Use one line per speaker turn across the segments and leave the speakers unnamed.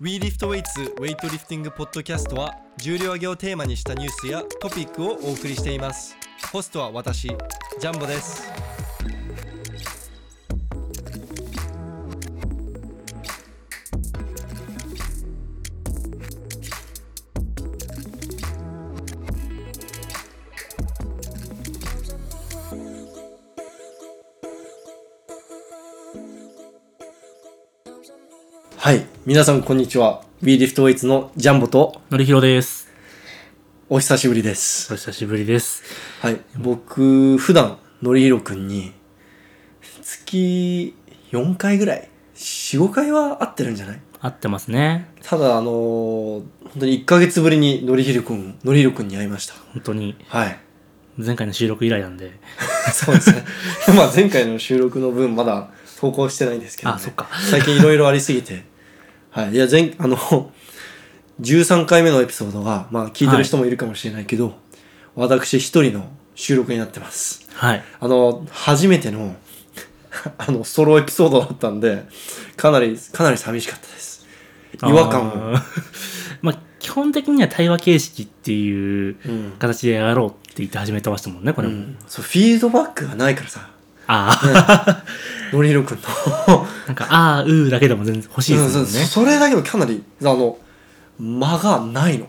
WeLiftWeights ウェイトリフティングポッドキャストは重量挙げをテーマにしたニュースやトピックをお送りしていますホストは私ジャンボですはい皆さんこんにちは WeLiftWeights のジャンボと
のりひろです。
お久しぶりです
お久しぶりです。
はい、僕普段のりひろくんに月4回ぐらい45回は会ってるんじゃない
合ってますね。
ただあのー本当に1ヶ月ぶりにのりひろくんのりひろくんに会いました
本当に、
はい
前回の収録以来なんで。
そうですねまあ前回の収録の分まだ投稿してないんですけど、ね、
あそっか
最近いろいろありすぎてはいいや前あの13回目のエピソードがまあ聞いてる人もいるかもしれないけど、私一人の収録になってます
はい。
あの、初めての、 あの、ソロエピソードだったんで、かなり、かなり寂しかったです。違和感を。
あー。 まあ、基本的には対話形式っていう
うん
形でやろうって言って始めてましたもんね、こ
う
れも。
ん、そう、フィードバックがないからさ、
あ
のりひろくんの。
あ、 なんか、ああ、うーだけでも全然欲しいですもんね。
そうそうそれだけどかなり、あの、間がない の。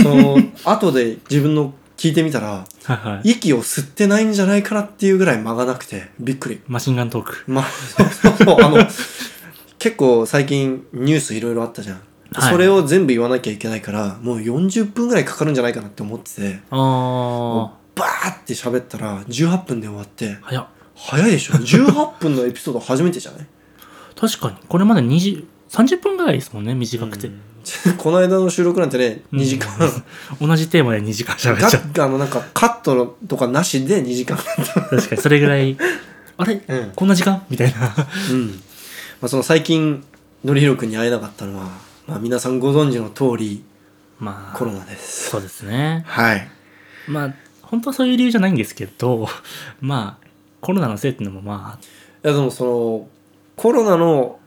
その、後で自分の聞いてみたら、
はいはい。
息を吸ってないんじゃないかなっていうぐらい間がなくて、びっくり。
マシンガントーク。
まあ、 そうそうそう、あの、結構最近ニュースいろいろあったじゃん。
はい
それを全部言わなきゃいけないから、もう40分ぐらいかかるんじゃないかなって思ってて、
あ
バーって喋ったら18分で終わって
あ、、早っ。
早いでしょ ?18 分のエピソード初めてじゃない
確かに、これまで20、30分ぐらいですもんね、短くて。
この間の収録なんてね、
うん
2時間。
同じテーマで2時間喋っちゃう。
が、あの、なんかカットのとかなしで2時間。
確かに、それぐら い、あれ
うん。
こんな時間みたいな。
うん。まあ、その最近、のりひろくんに会えなかったのは、まあ皆さんご存知の通り、
まあ、
コロナです。
そうですね。
はい。
まあ、本当はそういう理由じゃないんですけど、 まあ、コロナのせいっていうのもま
いやでもそのコロナの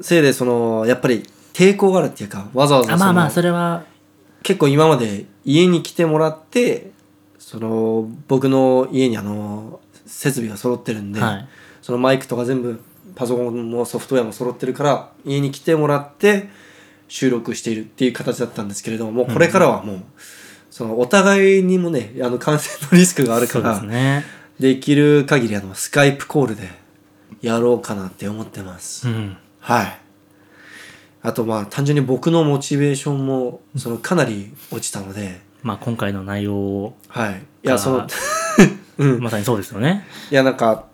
せいでそのやっぱり抵抗があるっていうかわざわ
あ、
ざ
あ
そ
まあ
の
まあ、それは、
結構今まで家に来てもらってその僕の家にあの設備が揃ってるんで、
はい。
そのマイクとか全部パソコンもソフトウェアも揃ってるから家に来てもらって収録しているっていう形だったんですけれどももうこれからはもう、そのお互いにもねあの感染のリスクがあるか
そうで
ら
すね。
できる限りあのスカイプコールでやろうかなって思ってます、
うん。
はいあとまあ単純に僕のモチベーションもそのかなり落ちたので
まあ、今回の内容を、
はいいやその
あ
うん
まさにそうですよね。
いやなんか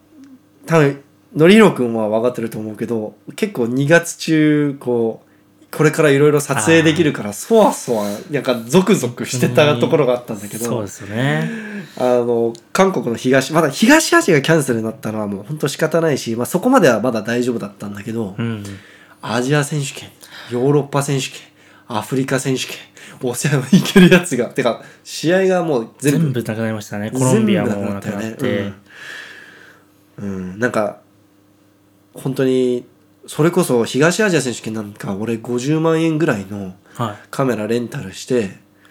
多分のりひろくんは分かってると思うけど結構2月中こうこれからいろいろ撮影できるからそわそわなんかゾクゾクしてたところがあったんだけど
そうですよね。
あの韓国の東まだ東アジアがキャンセルになったのはもう本当仕方ないし、まあ、そこまではまだ大丈夫だったんだけど、
うん。
アジア選手権ヨーロッパ選手権アフリカ選手権オセアのいけるやつがてか試合がもう全
全
部
部なくなりましたね。コロンビアもなく
全部
なっ
くたよ
て
ね。うん、うんなんか本当にそれこそ東アジア選手権なんか俺50万円ぐらいの
はい。
カメラレンタルして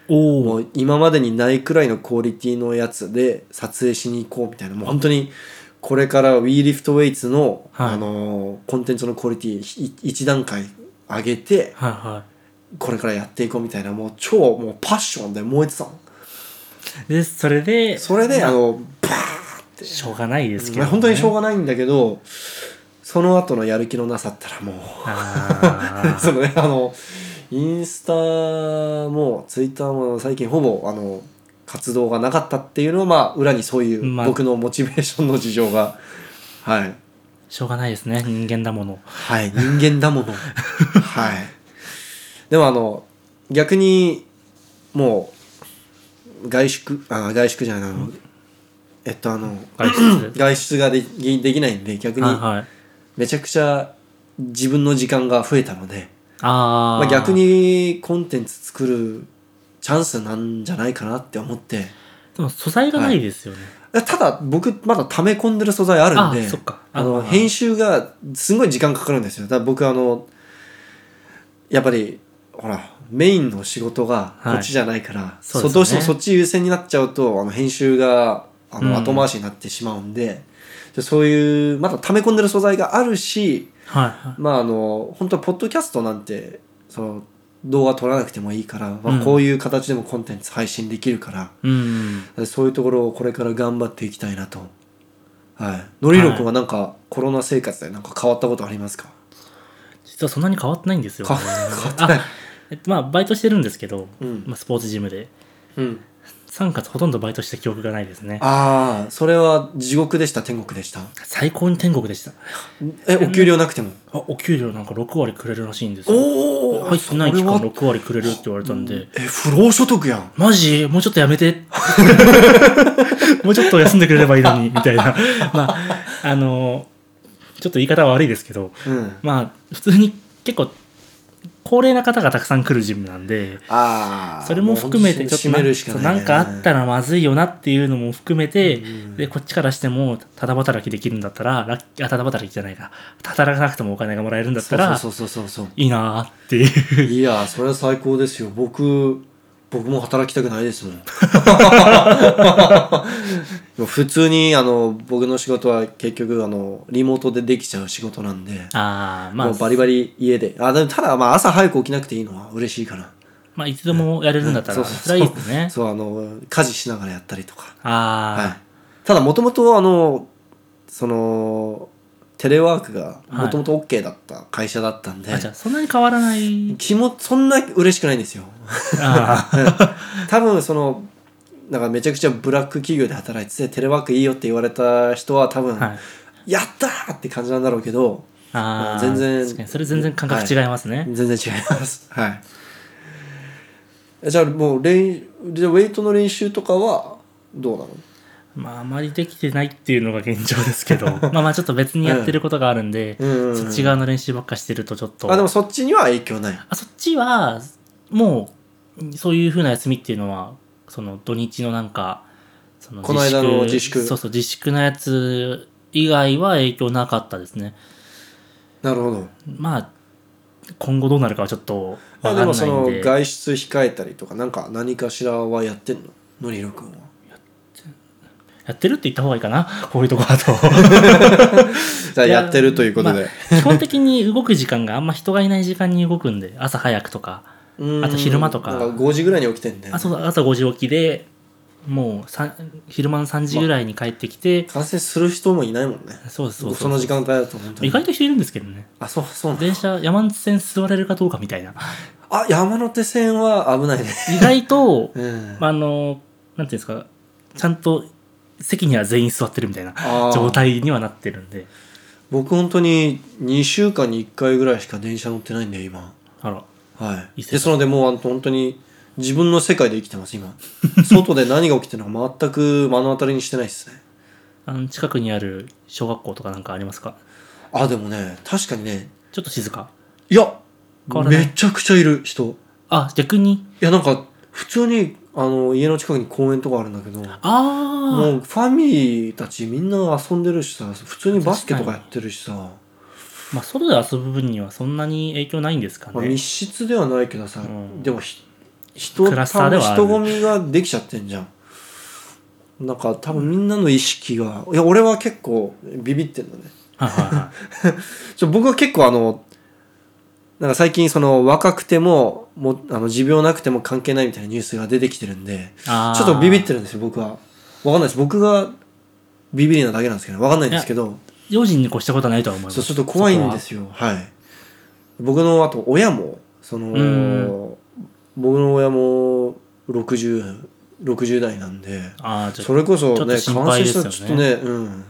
お
も
お。
う今までにないくらいのクオリティのやつで撮影しに行こうみたいなもう本当にこれから WeLiftWeights の、
はい
あのーコンテンツのクオリティひ一段階上げて
はいは
これからやっていこうみたいなもう超もうパッションで燃えてたの
い。で、それで、
それであのバ
しょうがないですけ
ー
ど、
ン本当にしょうがないんだけどその後のやる気のなさったらもう
あ
そのねあのインスタもツイッターも最近ほぼあの活動がなかったっていうのはまあ裏にそういう
まあ
僕のモチベーションの事情が、はい
ーしょうがないですね。人間だ もの。
はい人間だものはいでもあの逆にもう外宿あ外宿じゃないあのえっとあの
外出。
外出ができできないんで逆に
はいはい。
めちゃくちゃ自分の時間が増えたので、
ああ。
まあ、逆にコンテンツ作るチャンスなんじゃないかなって思って
でも素材がないですよね。
ただ僕まだ溜め込んでる素材あるんで
あそっか
あの
あ
編集がすごい時間かかるんですよだから僕あのやっぱりほらメインの仕事がこ
はい
っちじゃないから、
そう
そ
ですよね
うどうしてもそっち優先になっちゃうとあの編集があ
うん
の後回しになってしまうんで、でそういうまだ溜め込んでる素材があるし
はいは
まああの本当はポッドキャストなんてその動画撮らなくてもいいから、ま
う
あ、
ん
こういう形でもコンテンツ配信できるから、
い。うん。
そういうところをこれから頑張っていきたいなと。はい。のりろくんはなんかコロナ生活でなんか変わったことありますか？
実はそんなに変わってないんですよ。
変わ変わってない
あ。えっと、まあ、バイトしてるんですけど、
うん
まあ、スポーツジムで。
うん。
3月ほとんどバイトした記憶がないですね。
ああ、それは地獄でした天国でした。
最高に天国でした。
え、お給料なくても。
あお給料なんか6割くれるらしいんですよ。
お
入ってない期間
それは
6割くれるって言われたんで、
え、不労所得やん。
マジもうちょっとやめてもうちょっと休んでくれればいいのに、みたいな。まあ、あの、ちょっと言い方は悪いですけど、
うん。
まあ、普通に結構、高齢な方がたくさん来るジムなんで、
ああ。
それも含めて、
もう
ちょっと
締
な
め
ん
るしか
そう
ない、
な
ね。
んかあった
ら。
らまずいよなっていうのも含めて、
うん
で、こっちからしても、ただ働きできるんだったら、ラッキーあ、ただ働きじゃないな。働かなくてもお金がもらえるんだったら、
そうそうそうそうそ
いいなーっていう
う。。いや、それは最高ですよ。僕、僕も働きたくない ですもん。もう普通にあの僕の仕事は結局あのリモートでできちゃう仕事なんで、
ああ、ま
も
あ
う、バリバリ家で。あ、でもただまあ朝早く起きなくていいのは嬉しいかな。
まあ、いつでもやれるんだった
う
ら、
んそう
そ
そう
れはいいですね。
そうあの家事しながらやったりとか、はい
あ、
ただもともとあのそのテレワークが
はい
もともと OK だった会社だったんで、
あ、あ、じゃあそんなに変わらない。
気もそんな嬉しくないんですよ
あ
多分そのなんかめちゃくちゃブラック企業で働いててテレワークいいよって言われた人は多分、
あ、はい。
やったーって感じなんだろうけど
ああ、
全然
確かにそれ全然感覚違いますね。
全然違いますはいえじゃあもう練じゃあウェイトの練習とかはどうなの
まあ、あまりできてないっていうのが現状で すけど、まあまあ、ちょっと別にやってることがあるんで、
うんうんうん
そっち側の練習ばっかしてるとちょっと。
あでもそっちには影響ない
あそっちは、もう、そういうふうな休みっていうのは、その土日のなんか、その
この間の自粛
そうそう、自粛のやつ以外は影響なかったですね。
なるほど
まあ、今後どうなるかはちょっと
まあ
わかん
で
ないん
もその
で。
外出控えたりとかなんか何かしらはやってんののりろくんは
やってるって言った方がいいかなこういうとこだと。
じゃあやってるということで、
基本的に動く時間があんま人がいない時間に動くんで、朝早くとか。
うん
あと昼間とか
なん5時ぐらいに起きてんだよね
あそう朝5時起きで、もうさ昼間の3時ぐらいに帰ってきて、
感染する人もいないもんね
そうです、そう
僕
です
その時間帯だと本当に
意外と人いるんですけどね。
あそうそうなんだ
電車、山手線座れるかどうかみたいな。
あ山手線は危ないね
意外と、
うん
あの、なんていうんですか、ちゃんと席には全員座ってるみたいな
あー
状態にはなってるんで。
僕本当に2週間に1回ぐらいしか電車乗ってないんだよ今
あら、
はい
い生活
ですのでもうあの本当に自分の世界で生きてます今 外で何が起きてるのか全く目の当たりにしてないですね
あの近くにある小学校とかなんかありますか
あでもね確かにね
ちょっと静か。
いや
変わらない
めちゃくちゃいる人
あ、逆に。
いやなんか普通にあの家の近くに公園とかあるんだけど
あ
もうファミリーたちみんな遊んでるしさ普通にバスケとかやってるしさ、
あ。まあ、外で遊ぶ分にはそんなに影響ないんですか
まあ
ね
密。室ではないけどさ、
ん
でもひ人
クラスターではある
多分人混みができちゃってんじゃんなんか多分みんなの意識がいや俺は結構ビビってんのね
はいはいはい。
ちょ僕は結構あのなんか最近その若くてももあの持病なくても関係ないみたいなニュースが出てきてるんで
ちょ
ちょっとビビってるんですよ僕はわかんないです僕がビビりなだけなんですけどわかんないんですけど
用心に越したことはないとは思いま
そ
す
うちょっと怖いんですよはい僕のあと親もそ
うん
の僕の親も6060代なんで
そこはああじゃあ
それこそ
ちょっ
ね
と心配ですよね
感染したらちょっとね、うん、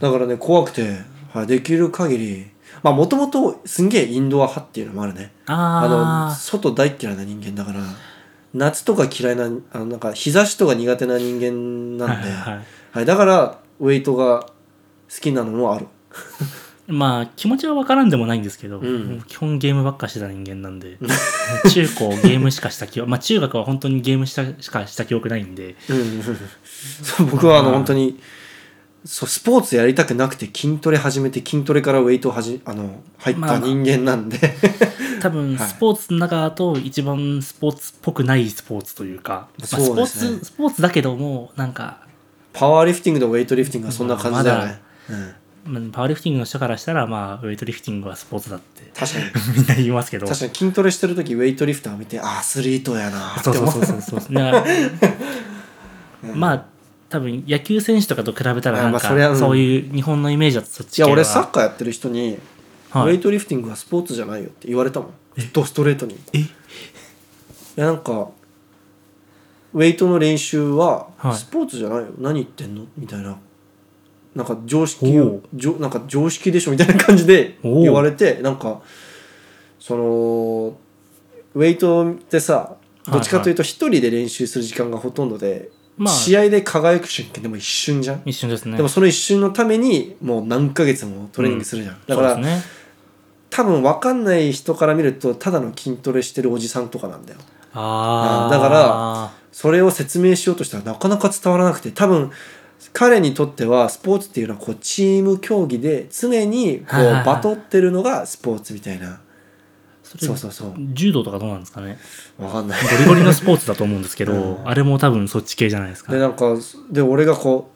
だからね怖くて、はい、できる限りまあもともとすんげえインドア派っていうのもあるねあの
あ
外大っ嫌いな人間だから夏とか嫌いなあのなんか日差しとか苦手な人間
あ
なんで、
はいはいはい
はい、だからウェイトが好きなのもある
まあ気持ちは分からんでもないんですけど、
うん
もう基本ゲームばっかしてた人間なんで 中高ゲームしかした記憶まあ中学は本当にゲームしたしかした記憶ないんで
うんそう僕はあの
うん
本当にそうスポーツやりたくなくて筋トレ始めて筋トレからウェイトをはじあの入っ
まあ
た人間なんで、
多分
はい
スポーツの中だと一番スポーツっぽくないスポーツというか、まあス
そう
ポー
ですね
ツスポーツだけどもなんか
パワーリフティングとウェイトリフティングはそんな感じだよね、うん、
うんパワーリフティングの人からしたらまあウェイトリフティングはスポーツだって
確かに
みんな言いますけど
確かに筋トレしてる時ウェイトリフターを見てあアスリートやなって
そうそ
思
う
う
そうそうそうだからまあ多分野球選手とかと比べたらなん
ま
か
あそりゃうん
そういう日本のイメージだとそっち
い
系は
や俺サッカーやってる人に、
は
ウ
い
ェイトリフティングはスポーツじゃないよって言われたもんドストレートにい
え
やなんかウェイトの練習は
はい
スポーツじゃないよ、何言ってんのみたいななんか常識
お
をじょなんか常識でしょみたいな感じで
おう
言われてなんかそのウェイトってさどっちかというと一人で練習する時間がほとんどで、
まあ
試合で輝く瞬間でも一瞬じゃん
一瞬ですね
でもその一瞬のためにもう何ヶ月もトレーニングするじゃん、だから、
そうですね
多分分かんない人から見るとただの筋トレしてるおじさんとかなんだよ
ああ
だからそれを説明しようとしたらなかなか伝わらなくて多分彼にとってはスポーツっていうのはこうチーム競技で常にこ
はいはいはいう
バトってるのがスポーツみたいな
それ
そうそうそう
柔道とかどうなんですかね
分かんない
ゴリゴリのスポーツだと思うんですけど、
うん
あれも多分そっち系じゃないですか
でなんかで俺がこ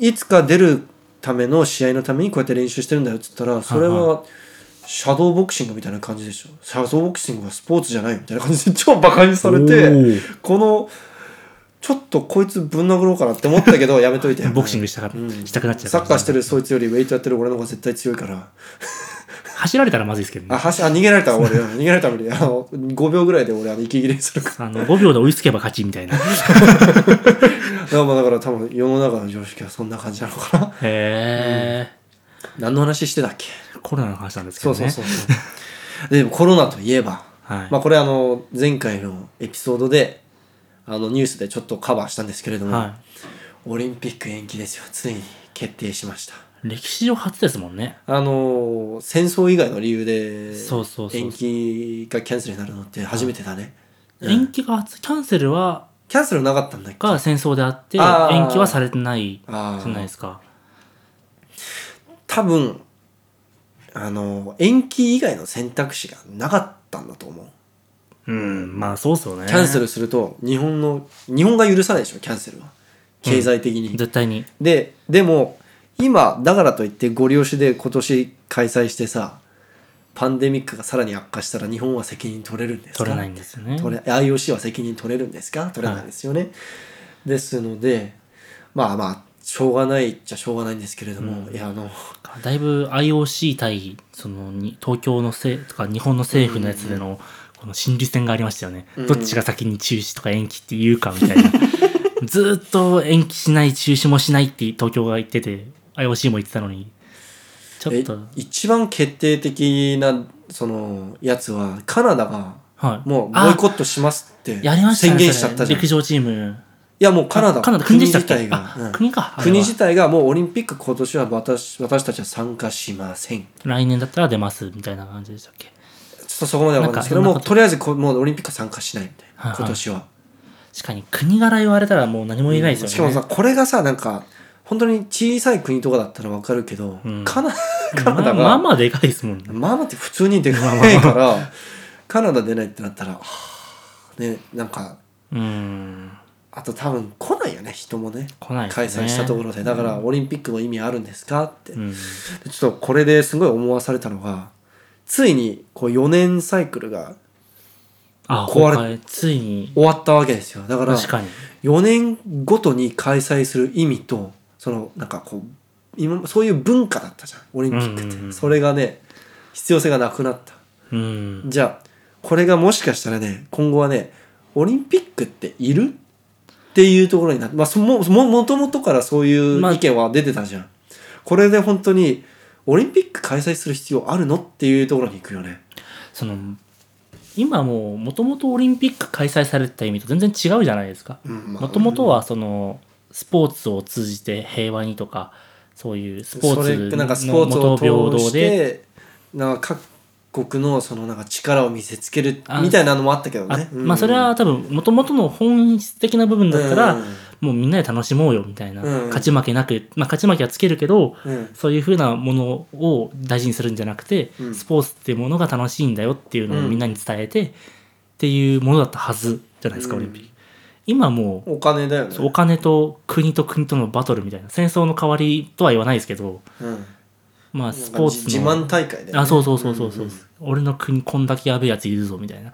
ういつか出るための試合のためにこうやって練習してるんだよっつったらそれ
はい
はシャドーボクシングみたいな感じでしょシャドーボクシングはスポーツじゃないよみたいな感じで超バカにされ
お
て
ー
このちょっとこいつぶん殴ろうかなって思ったけどやめといて
ボクシン
グ
グしたから、
うん
したくなっちゃう
サッカーして
る
るそいつよりウェイトやってる俺の方が絶対強いから
走られたらまずいですけど
あ
ね
はしあ逃げられたら俺 逃げられたら無理あの5秒ぐらいで俺あの息切れするから
あの5秒で追いつけば勝ちみた いなへ
だからまあだから多分世の中の常識はそんな感じなのかな
え、
何の話してたっけ
コロナの話なんですけ
そ
ど
う
ね
そうそうそう。でもコロナといえば、
はい、
まあこれあの前回のエピソードであのニュースでちょっとカバーしたんですけれども、
は
オリンピック延期ですよついに決定しました。
い、歴史上初ですもんね
あのー戦争以外の理由
そうそうそ
で
う
延期がキャンセルになるのって初めてだね。うん
延期が初キャンセルは
キャンセルなかったんだっけ
が戦争であって
あー
延期はされてない
あ
じゃな
あ
いですか
多分あのー延期以外の選択肢がなかったんだと思う。
うんまあそうっすよね
キャンセルすると日本の日本が許さないでしょキャンセルは経済的に、
絶対に
ででも今だからといってご利用しで今年開催してさパンデミックがさらに悪化したら日本は責任取れるんですか
取れないんですよね
取れ IOC は責任取れるんですか取れないですよね、ですのでまあまあしょうがないっちゃしょうがないんですけれども、いやあの
だいぶ IOC 対そのに東京のせいとか日本の政府のやつでのこの心理戦がありましたよね、
うん
どっちが先に中止とか延期って言うかみ たいなずーっと延期しない中止もしないって東京が言ってて IOC も言ってたのにちょっ
え
と
一番決定的なそのやつはカナダが
はい
もうボ
あ
イコットしますって
やりましたね
宣言しちゃったじゃん
それ陸上チーム
いやもうカナダ
あカナダ国でしたっけ
国自体が、
あ
うん
国かあれは
国自体がもうオリンピック今年は私私たちは参加しませんちょ
来年だったら出ますみたいな感じでしたっけ
っとそこまでは分かんないですけど
なんか
もうとりあえずこもうオリンピックは参加しないみたい
はいは
ない今年は、
確かに国柄言われたらもう何も言えないです
し
よ
か
ね、
もさこれがさなんか本当に小さい国とかだったら分かるけど、
うん
カナカナダが
まあま
ま
あ
あま
まあでかいですもんね
あ、って普通にでかいからカナダ出ないってなったらはあねなんか
うん
あと多分来ないよね人もね
来ないです
開
ね
催したところでだからオリンピックの意味あるんですかって、
うん
でちょっとこれですごい思わされたのがついにこう4年サイクルが
あ
壊れ
崩壊ついに
終わったわけですよだから
確かに
4年ごとに開催する意味とそのなんかこう今そういう文化だったじゃんオリンピックって、
うんうんうん
それがね必要性がなくなった
うん
じゃあこれがもしかしたらね今後はねオリンピックっているっていうところになって、まあ、そもももともとからそういう意見は出てたじゃん、これで本当にオリンピック開催する必要あるのっていうところに行くよね
その今もうもともとオリンピック開催されてた意味と全然違うじゃないですかも
も
ともとはそのスポーツを通じて平和にとかそういうスポー
それ
ツ
なんかスポ
の
ーツを
元平
通
等
し
で
てなんか各国のそのなんか力を見せつける
あ
みたいなのもあったけど
あ
ね
まあそれは多分もともとの本質的な部分だったら、
うん
もうみんなで楽しもうよみたいな、
うん
勝ち負けなく、まあ、勝ち負けはつけるけど
うん
そういうふうなものを大事にするんじゃなくて、
うん
スポーツっていうものが楽しいんだよっていうのを
うん
みんなに伝えて、っていうものだったはずじゃないですか、
うん
オリンピック。今もう
お金だよね
そうお金と国と国とのバトルみたいな戦争の代わりとは言わないですけど、
うん
まあ、スポーツの
自慢大会だよ、ね、
あそうそうそうそうそう、
ん
俺の国こんだけやべえやついるぞみたい な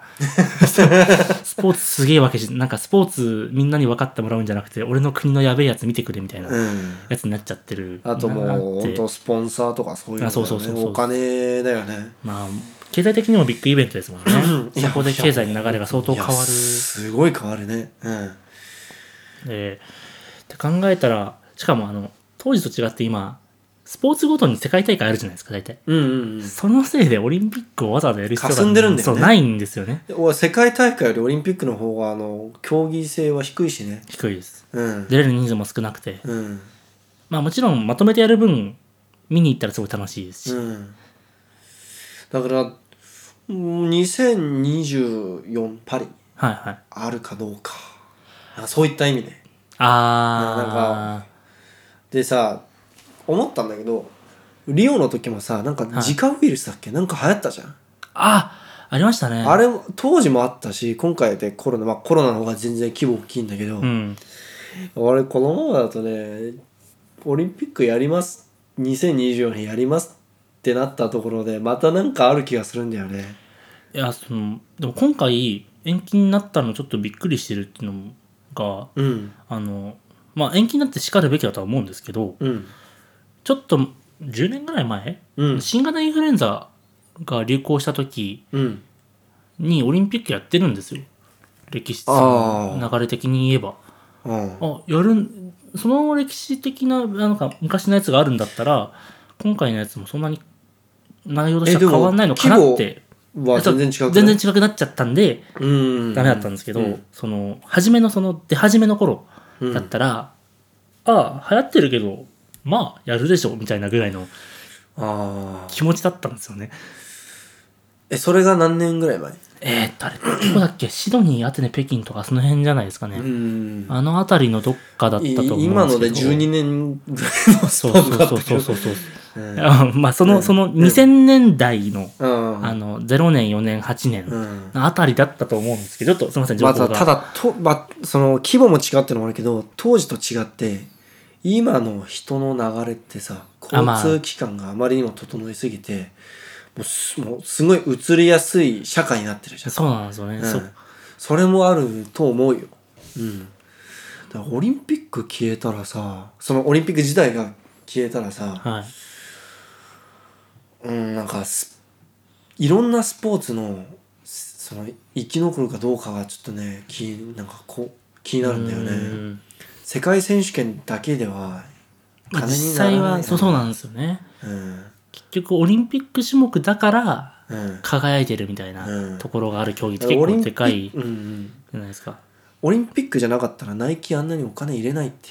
スポーツすげえわけじゃなんかスポーツみんなに分かってもらうんじゃなくて俺の国のやべえやつ見てくれみたいな
うんうん
やつになっちゃってる
あともう
な
本
って
当スポンサーとかそういうのだよね
あそうそうそうそう
お金だよね
まあ経済的にもビッグイベントですもんね
いや
そこで経済の流れが相当変わ
いや
る
すごい変わるねうん
でって考えたらしかもあの当時と違って今スポーツごとに世界大会あるじゃないですか大体
うんうん
そのせいでオリンピックをわざわざやる必要が
霞んでるんだよね
そうないんですよね
うんお世界大会よりオリンピックの方があの競技性は低いしね
低いです
うん
出れる人数も少なくて
うん
まあもちろんまとめてやる分見に行ったらすごい楽しいですし、
うんだからうん2024パリ
はいはい
あるかどうかあそういった意味で
あ
でさ思ったんだけどリオの時もさなんか
はい
ジカウイルスだっけ、なんか流行ったじゃん、
ーあありましたね
あれも当時もあったし今回でコロナまあコロナの方が全然規模大きいんだけど、
うん
俺このままだとねオリンピックやります2024年やりますってなったところでまたなんかある気がするんだよね
いやそのでも今回延期になったのちょっとびっくりしてるっていうのが
うん
あのまあ延期になってしかるべきだとは思うんですけど
うん
ちょっと10年ぐらい前、
うん
新型インフルエンザが流行した時
うん
にオリンピックやってるんですよ歴史
あ
の
ー
流れ的に言えば
うん
あやるんその歴史的ななんか昔のやつがあるんだったら今回のやつもそんなに内容とし
え
て
で
は
も
変わんないのかなって
は全然違う
全然違くなっちゃったんで
うん
ダメだったんですけど、
うん
その初めのその出始めの頃
うん
だったら、ああ流行ってるけどまあやるでしょみたいなぐらいの
あー
気持ちだったんですよね
えそれが何年ぐらい前
えー、っとあれどこだっけシドニーアテネ北京とかその辺じゃないですかね、
うん
あの辺りのどっかだったと思うんですけど
今ので12年ぐらいのス
そう
パンだった
そう
け
そう
ど
そうそう
うん
あまあその、その2000年代の、
うん
あの、0年、4年、8年
うん
のあたりだったと思うんですけど、ちょっとすみません、情
ま
報が。
たただと、まあ、その規模も違うってのもあるけど当時と違って今の人の流れってさ
あまあ
交通機関があまりにも整いすぎてもうすもうすごい移りやすい社会になってるじゃん
そうなんですよ
う
ね。
ん
そ
そうれもあると思うよ、うん、だからオリンピック消えたらさそのオリンピック自体が消えたらさ、
はい。
うん、なんかすいろんなスポーツのすその生き残るかどうかがちょっとね気なんかこう気になるんだよ
う
ね
ん
世界選手権だけでは
まあ、
金に
実
なら
際
ない
は、そうそう
う
なんですよね。
うん
結局、オリンピック種目だから、
うん
輝いてるみたい
うん
なところがある競技って
だからオリ
結
ン
構
ピ
でかい
ッ
じ
クうんうん
ゃないですか。
オリンピックじゃなかったらナイキあんなにお金入れないって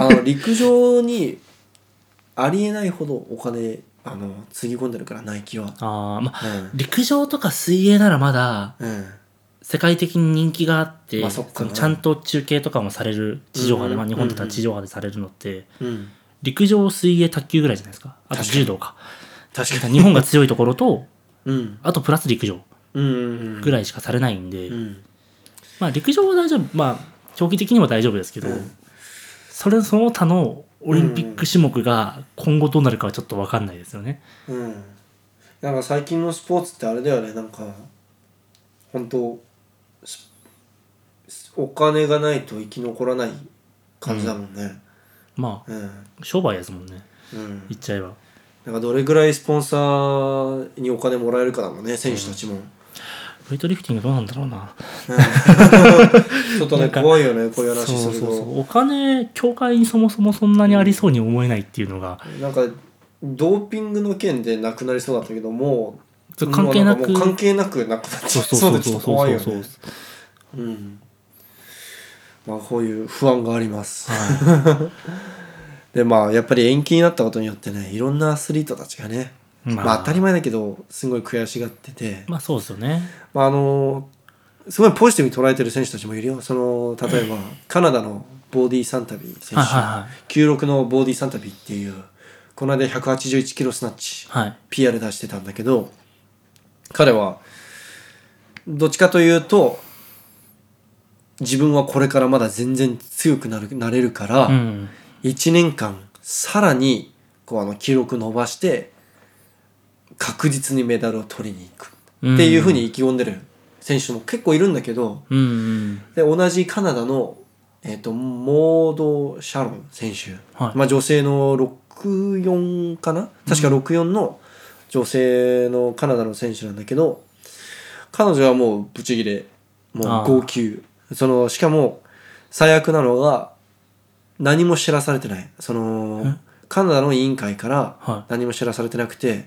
あの陸上にありえないほどお金あのつぎ込んでるからナイキは
ああ、まあ、
う
陸上とか水泳ならまだ、
ん、うん、
世界的に人気があって、
まあそっか
のちゃんと中継とかもされる地上波で、
うん
まあ日本だったら地上波でされるのって、
うん、
陸上、水泳、卓球ぐらいじゃないですか。あと
確かに
柔道か。
確かに
日本が強いところと、
うん
あとプラス陸上
うんうん
ぐ
らい
らいしかされないんで、
うん
まあ陸上は大丈夫、まあ競技的にも大丈夫ですけど、
うん
それその他のオリンピック種目が今後どうなるかはちょっと分かんないですよね。
うんなんか最近のスポーツってあれだよねなんか本当すすお金がないと生き残らない感じだもんね
まあ
うん、
商売ですもんね、
うん、
言っちゃえば。
なんかどれぐらいスポンサーにお金もらえるかだもんね選手たちも、
ウェイトリフティングどうなんだろうな。
ちょっとね
なんか
怖いよねこういう
そう
話
そ
す
う
る
そ
と
う。お金、協会にそもそもそんなにありそうに思えないっていうのが、
なんかドーピングの件でなくなりそうだったけどもう
関係なく。
もうなんかもう関係なくなくなっち
そ
ゃ
う
う
そうそう
でちょ
そ
っ
う
と怖い
そ
よ
うそう
ね。うんまあこういう不安があります、
は
でまあやっぱり延期になったことによってねいろんなアスリートたちがね、
いま
まあ、当たり前だけどすごい悔しがってて、
まあそうですよね。
まあ、あのすごいポジティブに捉えてる選手たちもいるよその例えばカナダのボディサンタビ選手、
はいは
96のボディサンタビっていうこの間181キロスナッチ、
はい
PR 出してたんだけど彼はどっちかというと自分はこれからまだ全然強くなるなれるから、
はいうん
1年間さらにこうあの記録伸ばして確実にメダルを取りに行く
うん
っていうふうに意気込んでる選手も結構いるんだけど
うんうん
で同じカナダの、えー、とモード・シャロン選手、
はい
まあ、女性の64かな確か64の女性のカナダの選手なんだけど彼女はもうブチギレも
あ
う号
ー
泣そのしかも最悪なのが何も知らされてないその
え
カナダの委員会から
は
何も知らされてなくて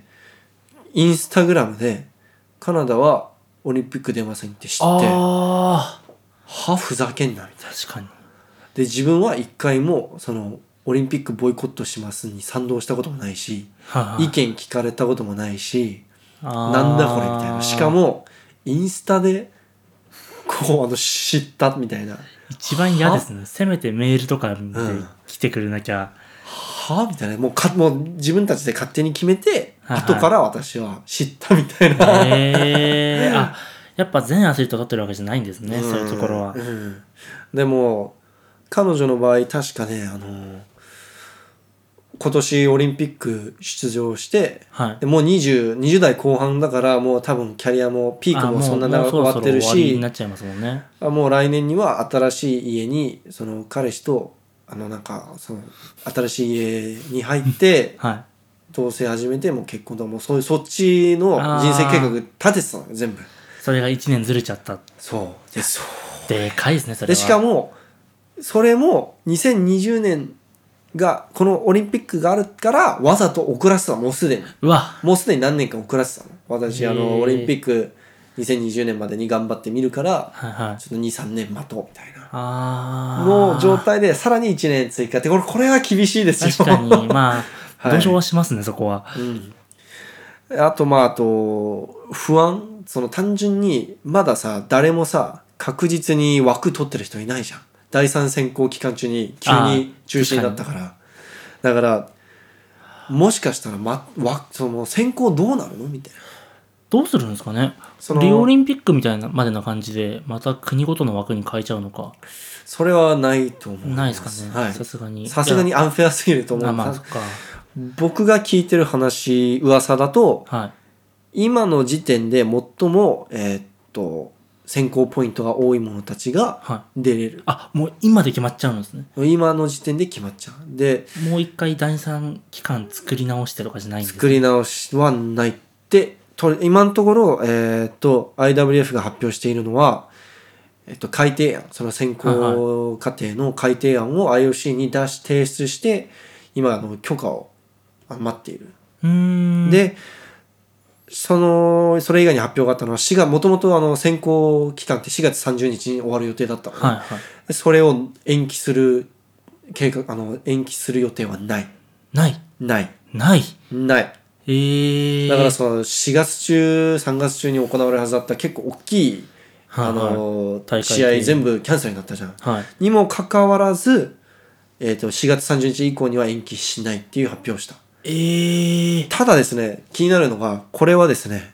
インスタグラムでカナダはオリンピック出ませんって知って
ああ
はふざけんなみたいな
確かに
で自分は一回もそのオリンピックボイコットしますに賛同したこともないし
はい
意見聞かれたこともないし
あー
なんだこれみたいなしかもインスタでこうあの知ったみたいな
一番嫌ですねせめてメールとかで
ん
来てくれなきゃ、
はあみたいなもうかもう自分たちで勝手に決めて
はいはい
後から私は知ったみたいな、
へえあやっぱ全アスリートが取ってるわけじゃないんですね、
ん
そういうところは
う、んでも彼女の場合確かねあの今年オリンピック出場して
はい
でもう 20, 20代後半だからもう多分キャリアもピーク
あ
もそんな
もう
長く終わってる
もうそろそろ終わり
し
になっちゃいますもんね
あもう来年には新しい家にその彼氏とあのなんかその新しい家に入 って
はい
同棲始めてもう結婚とかもうそういうそっちの人生計画立ててたのよ全部
それが1年ずれちゃった
そうでそ
でかいですねそうれ
で
は
しかもそれも2020年がこのオリンピックがあるからわざと遅らせたのもうすでに
うわ
もうすでに何年か遅らせてたの私あ
へ
の
ー
オリンピック2020年までに頑張ってみるから
はいはい
ちょっと23年待とうみたいな
ああ
の状態でさらに1年追加ってこれこれは厳しいですよ
確かにまあ、
はい
同情はしますねそこは
うん、あとまああと不安その単純にまださ誰もさ確実に枠取ってる人いないじゃん第三選考期間中に急
あ
に
ー
中止になったからだからもしかしたら、ま、わその選考どうなるのみたいな
どうするんですかね
その
リオオリンピックみたいなまでな感じでまた国ごとの枠に変えちゃうのか
それはないと思う
ないですかね
はい
さすがに
さすがにアンフェアすぎると思
あ
う、
まあそっか
僕が聞いてる話噂だと
はい
今の時点で最もえーっと選考ポイントが多い者たちが
はい
出れる
あもう今で決まっちゃうんですね
今の時点で決まっちゃうで
もう一回第三期間作り直してとかじゃないんですね
作り直しはないってと今のところ、えーっと IWF が発表しているのは、えっと改定案その選考過程の改定案を IOC に出し提出して今あの許可をあ待っている
うーん
でそのそれ以外に発表があったのは4月もともとあの選考期間って4月30日に終わる予定だったのね、
はいはい
でそれを延期する計画あの延期する予定はない
ない
ない
ない
ない
えー、
だからその4月中3月中に行われるはずだった結構大きい、
はい
あの
大会
試合全部キャンセルになったじゃん
はい
にもかかわらず、えー、と4月30日以降には延期しないっていう発表をした
えー、
ただですね、気になるのが、これはですね、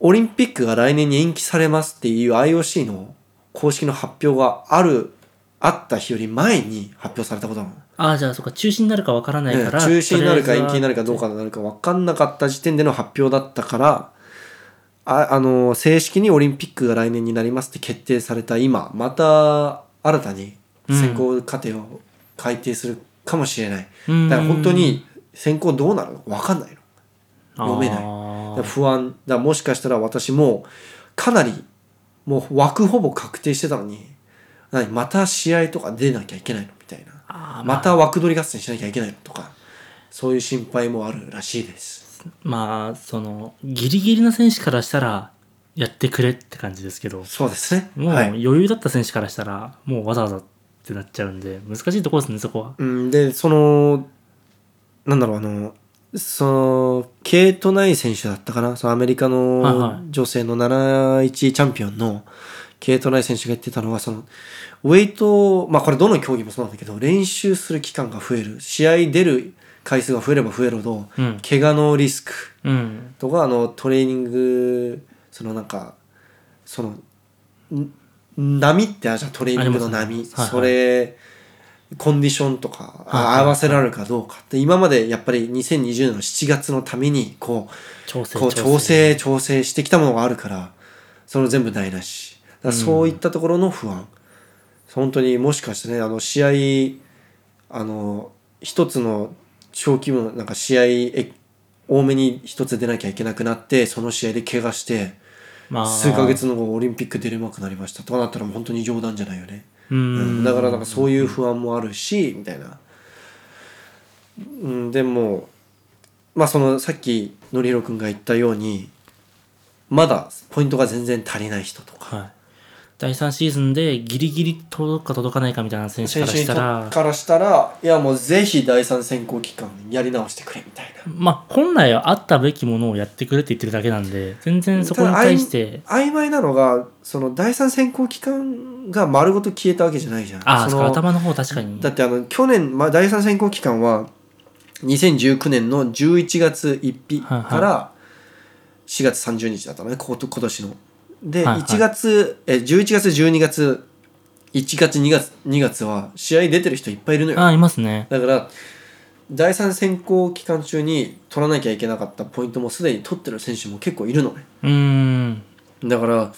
オリンピックが来年に延期されますっていう IOC の公式の発表がある、あった日より前に発表されたことなの。
あーじゃあそっか中止になるかわからない
ね
から、
中止になるか延期になるかどう
か
かなるか分かんなかった時点での発表だったから、ああの正式にオリンピックが来年になりますって決定された今また新たに選考過程を改定するかもしれない、
うん
だから本当に選考どうなるの分かんないの読めないだから不安だからもしかしたら私もかなりもう枠ほぼ確定してたのに何また試合とか出なきゃいけないのみたいな
あー
また枠取り合戦しなきゃいけないのとかそういう心配もあるらしいです
まあそのギリギリの選手からしたらやってくれって感じですけど
そうですね
もう
はい
余裕だった選手からしたらもうわざわざってなっちゃうんで難しいところですねそこは
うん、でそのなんだろうあのそのケイト・ナイ選手だったかなそのアメリカ
はいは
の女性の711チャンピオンのケイト・ナイ選手が言ってたのは、その、ウェイトを、まあこれどの競技もそうなんだけど、練習する期間が増える、試合出る回数が増えれば増えるほど、
うん
怪我のリスク
うん
とか、あの、トレーニング、そのなんか、その、ん波ってあるじゃん、トレーニングの
あり
波。
ますねはいはい
それ、コンディションとか、あ
はいはいはい
合わせられるかどうかって、今までやっぱり2020年の7月のために、こう、
調整
こう調整調整してきたものがあるからそれを全部ないらしいだからそういったところの不安、本当にもしかしてねあの試合あの一つの小規模のなんか試合え多めに一つ出なきゃいけなくなってその試合で怪我して
まあ
数ヶ月の後オリンピック出れなくなりましたとかなったらもう本当に冗談じゃないよね
う
うん
ん
だからなんかそういう不安もあるしみたいな、うん、でもまあそのさっきのりひろくんが言ったようにまだポイントが全然足りない人とか
はい、第3シーズンでギリギリ届くか届かないかみたいな選手からしたら
からしたらいやもうぜひ第三選考期間やり直してくれみたいな
まあ本来はあったべきものをやってくれって言ってるだけなんで全然そこに対して
曖昧なのがその第三選考期間が丸ごと消えたわけじゃないじゃん
ああ
そ
そ
の
こ頭の方確かに
だってあの去年、まあ、第三選考期間は2019年の11月1日から4月30日だったのねこと今年の。で、
はいはい
1月え11月12月1月2月2月は試合出てる人いっぱいいるのよ。
ああいますね
だから第三選考期間中に取らなきゃいけなかったポイントもすでに取ってる選手も結構いるのね。
うーん
だから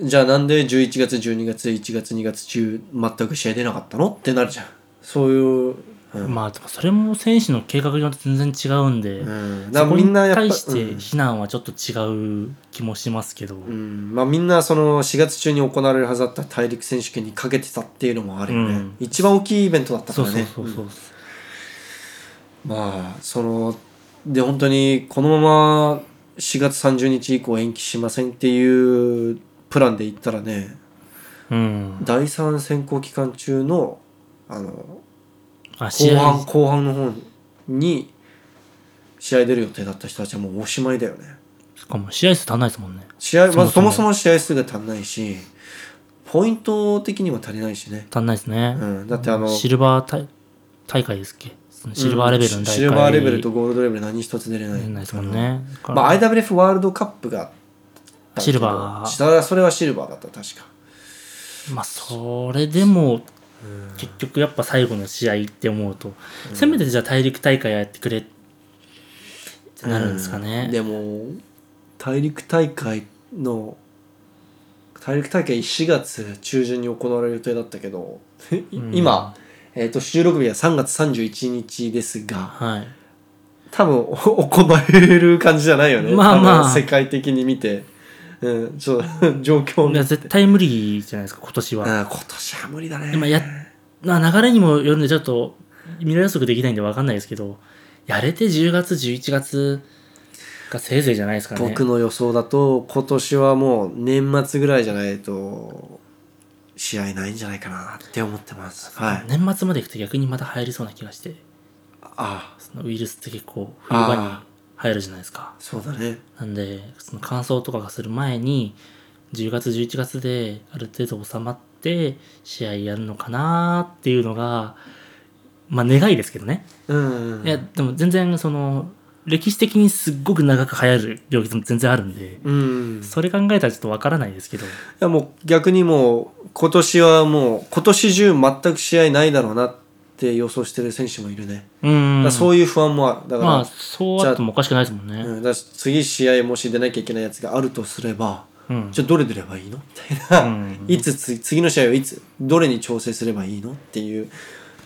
じゃあなんで11月12月1月2月中全く試合出なかったのってなるじゃんそういう、うん
まあでもそれも選手の計画によって全然違うんで、
うん、だか
そ
ら
こ
み
に
んなやっぱ
対して
うん
非難はちょっと違う気もしますけど、
うんまあ、みんなその4月中に行われるはずだった大陸選手権にかけてたっていうのもあるよね、
うん
一番大きいイベントだったか
そう
ら
そう
ね
そうそう、
まあそので本当にこのまま4月30日以降延期しませんっていうプランでいったらね
うん、
第3選考期間中のあの
あ試
後
合
半後半の方に試合出る予定だった人たちはもうおしまいだよね
しかも試合数足んないですもんね
試合まずそ
そ
も
も
そ
そ
も試合数が足んないしポイント的にも足りないしね、
足んないですね、
うん、だってあの
シルバー大大会ですっけそのシルバーレベルの大会、
シルバーレベルとゴールドレベル何一つ出れない
出ないですもんね、だ
う
か
ん
ら
まあ、IWF ワールドカップがあったけど
シルバー
それはそれはシルバーだった確か
まあそれでも結局やっぱ最後の試合って思うと、せめてじゃあ大陸大会やってくれってなるんですかね、
うんでも大陸大会の大陸大会4月中旬に行われる予定だったけど、
ん
今、えー、と収録日は3月31日ですが
はい
多分お行われる感じじゃないよね
まあまあ
多分世界的に見て、うん、ちょっと状況
いや絶対無理じゃないですか今年は、
うん今年は無理だね
今や、まあ、流れにもよるんでちょっと未来予測できないんで分かんないですけどやれて10月11月がせいぜいじゃないですかね
僕の予想だと今年はもう年末ぐらいじゃないと試合ないんじゃないかなって思ってますはい
年末まで行くと逆にまた流行りそうな気がして
ああ
そのウイルスって結構冬場に流行るじゃないですか
そうだね
なんでその乾燥とかがする前に10月11月である程度収まって試合やるのかなっていうのがまあ願いですけどね、
うん
いやでも全然その歴史的にすっごく長く流行る病気も全然あるんで
うんい
それ考えたらちょっとわからないですけど
やもう逆にもう今年はもう今年中全く試合ないだろうなって予想してる選手もいるね、
う
だ
ん
からそういう不安もあるだから、
まあそうあってもおかしくないですもんね、
うん、だから次試合もし出なきゃいけないやつがあるとすれば
うん
じゃあどれ出ればいいのみたいな、
うん
いつつ次の試合はいつどれに調整すればいいのっていう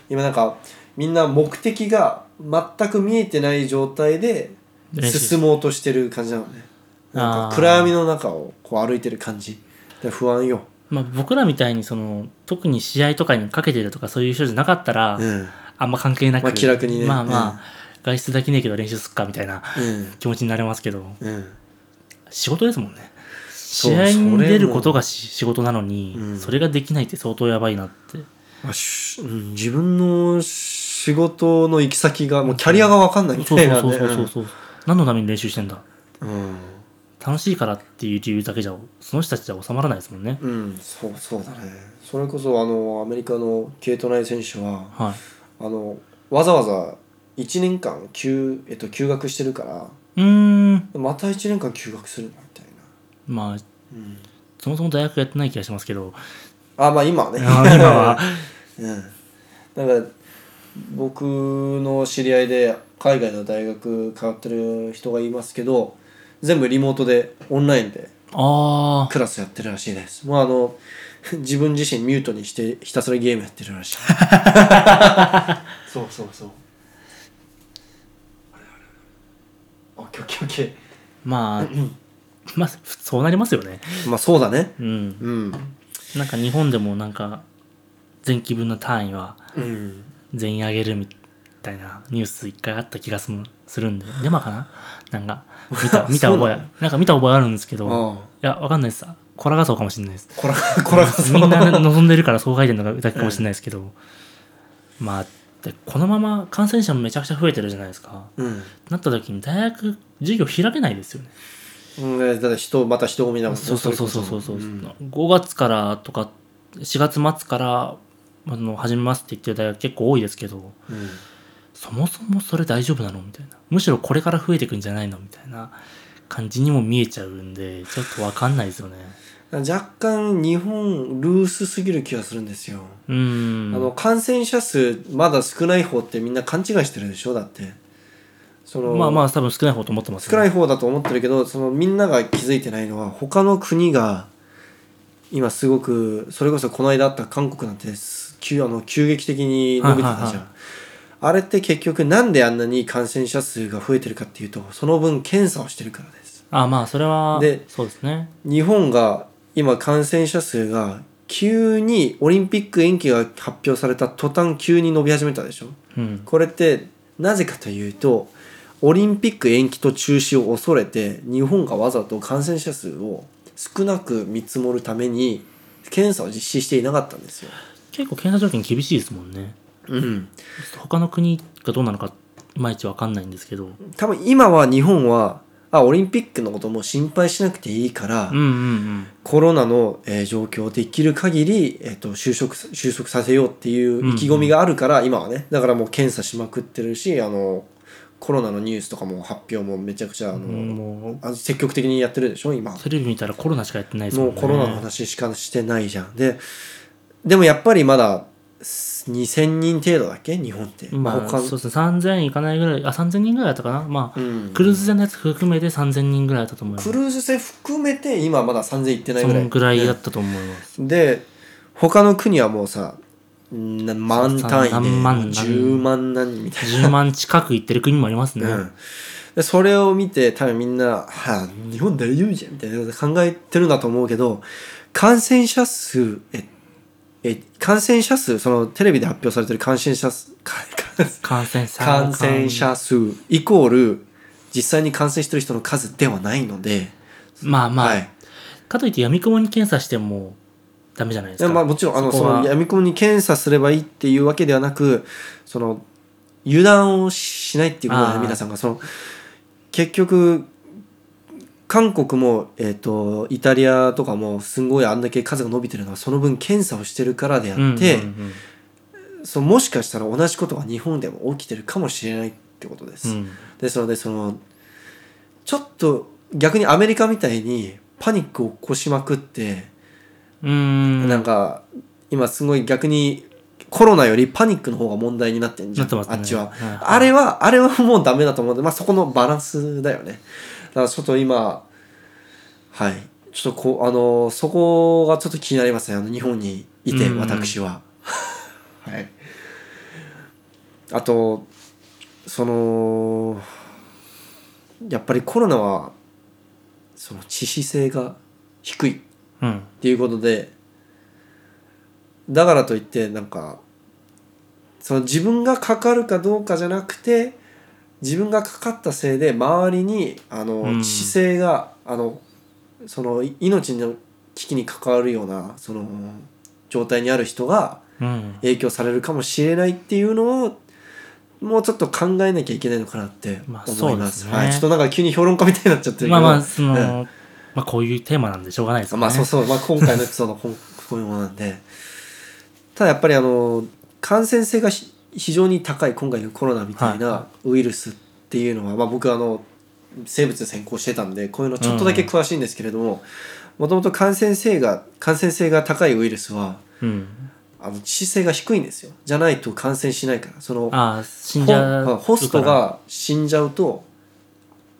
今なんかみんな目的が全く見えてない状態で
練習
進もうとしてる感じなのねなん
あ
か
ー
暗闇の中をこう歩いてる感じで不安よ、
まあ、僕らみたいにその特に試合とかにかけてるとかそういう人じゃなかったら、
うん
あんま関係なく、
まあ気楽にね
まあまあ、外出だけねえけど練習すっかみたいな
うん
気持ちになれますけど
うん、
仕事ですもんね
う
試合に出ること
それも
がし仕事なのに、
うん
それができないって相当やばいなって
まあしうん自分の仕事の行き先がもうキャリアが分かんないみ
そう
たい
そう
な
そう
ね
そうそうそう何のために練習してんだ
うんうん
楽しいからっていう理由だけじゃその人たちじゃ収まらないですもんね。
うんそうそうだねそれこそあのアメリカのケイト・ナイ選手は
は
あのわざわざ1年間休,、えっと、休学してるから
い、うーん
また1年間休学するなみたいな、
まあ
うん、
そもそも大学やってない気がしますけど
あまあ今はね
あー今 は
うん、だから僕の知り合いで海外の大学通ってる人がいますけど全部リモートでオンラインで
あ
クラスやってるらしいですもうあの 自分自身ミュートにしてひたすらゲームやってるらしい そうそうそうあれあれあれあオッケーオッケーオッケ
あ まあまあそうなりますよね。
ーまあそうだね
うん、
うん
なんか日本でもなんか前期分の単位は
うん
全員上げるみたいなニュース一回あった気がするするんでデマかなな んか見た見た
そう
覚
な
え
の
なんか見た覚えあるんですけど
あ
いやわかんないですコラ画像かもしれないです
あこらこら そ
みん
う
な望んでるからそう書いてるのがだけかもしれないですけど、まあでこのまま感染者もめちゃくちゃ増えてるじゃないですか
うん
なった時に大学授業開けないですよね
うん、だって人また人混みだもんね
そうそうそうそうそうそう、
ん
5月からとか4月末からあの始めますって言ってる大学結構多いですけど
うん
そもそもそれ大丈夫なのみたいなむしろこれから増えていくんじゃないのみたいな感じにも見えちゃうんでちょっとわかんないですよね
若干日本ルースすぎる気がするんですよ、
うーん
あの感染者数まだ少ない方ってみんな勘違いしてるでしょだってその
まあまあ多分少ない方と思ってます
少ないい方だと思ってるけどそのみんなが気づいてないのは他の国が今すごくそれこそこの間あった韓国なんてす急あの急激的に伸びてたじゃん、
はいはいはい
あれって結局なんであんなに感染者数が増えてるかっていうとその分検査をしてるからです
あまあそれは
で
そうですね
日本が今感染者数が急にオリンピック延期が発表された途端急に伸び始めたでしょ
うん
これってなぜかというとオリンピック延期と中止を恐れて日本がわざと感染者数を少なく見積もるために検査を実施していなかったんですよ。
結構検査条件厳しいですもんね
うん、
他の国がどうなのかいまいちわかんないんですけどうん
多分今は日本はあオリンピックのことも心配しなくていいから、
うんうん
コロナの、えー状況をできる限り、えっと収束さ収束させようっていう意気込みがあるから、今はねだからもう検査しまくってるしあのコロナのニュースとかも発表もめちゃくちゃあの、
うんも
あ積極的にやってるでしょ今
うテレビ見たらコロナしかやってないですも
も
ん
う
ね
コロナの話しかしてないじゃんででもやっぱりまだす2000人程度だっけ日本って、
まあ
他
そう
の
ですね3000いかないぐらいあ3000人ぐらいだったかなまあ、
うん
クルーズ船のやつ含めて3000人ぐらいだったと思います
クルーズ船含めて今まだ3000行ってない
そ
ぐらい
のぐらいだったと思います、
で他の国はもうさな万単位で
何万何
10万何人みたい
10万近く行ってる国もありますね、
な、うんでそれを見て多分みんな「はあ日本大丈夫じゃん」みたいなこと考えてるんだと思うけど感染者数ええ感染者数そのテレビで発表されてる感染者数かか
感染者
感染者数イコール実際に感染してる人の数ではないので、
まあまあ、
はい、
かといってやみくもに検査してもダメじゃないです
いや
か
まあもちろんあの
そ
そ
こは
の闇雲に検査すればいいっていうわけではなくその油断をしないっていうことだ
あ
ね
ー
皆さんがその結局韓国も、えー、とイタリアとかもすんごいあんだけ数が伸びてるのはその分検査をしてるからであ
うんうんう
っ
ん
て、そのもしかしたら同じことが日本でも起きてるかもしれないってことです。
うん
ですのでそのちょっと逆にアメリカみたいにパニックを起こしまくって
うーん
なんか今すごい逆にコロナよりパニックの方が問題になってんじゃん、
なってますね
あっちは、
はいはい
あれはあれはもうダメだと思うんで、まあ、そこのバランスだよねだからちょっと今はいちょっとこうあのそこがちょっと気になりますねあの日本にいて
うん
私は はいあとそのやっぱりコロナはその致死性が低い
うん
っていうことでだからといってなんかその自分がかかるかどうかじゃなくて自分がかかったせいで周りにあの、
うん
致死性があのそのい命の危機に関わるようなその状態にある人が
うん
影響されるかもしれないっていうのをもうちょっと考えなきゃいけないのかなって思い
まあ
ます,、
そうですね
はい、ちょっとなんか急に評論家みたいになっちゃってるけど
まあまあ、その、
うん
まあこういうテーマなんでしょうがないですよね。
まあそうそう、まあ、今回のエピソードはこうこういうものなんでただやっぱりあの感染性がひ非常に高い今回のコロナみたいなウイルスっていうのは、まあ、僕はあの生物で専攻してたんでこういうのちょっとだけ詳しいんですけれどももともと感染性が感染性が高いウイルスは
うん。
あの致死性が低いんですよじゃないと感染しないからその
ああ、死んじゃう
ホホストが死んじゃうと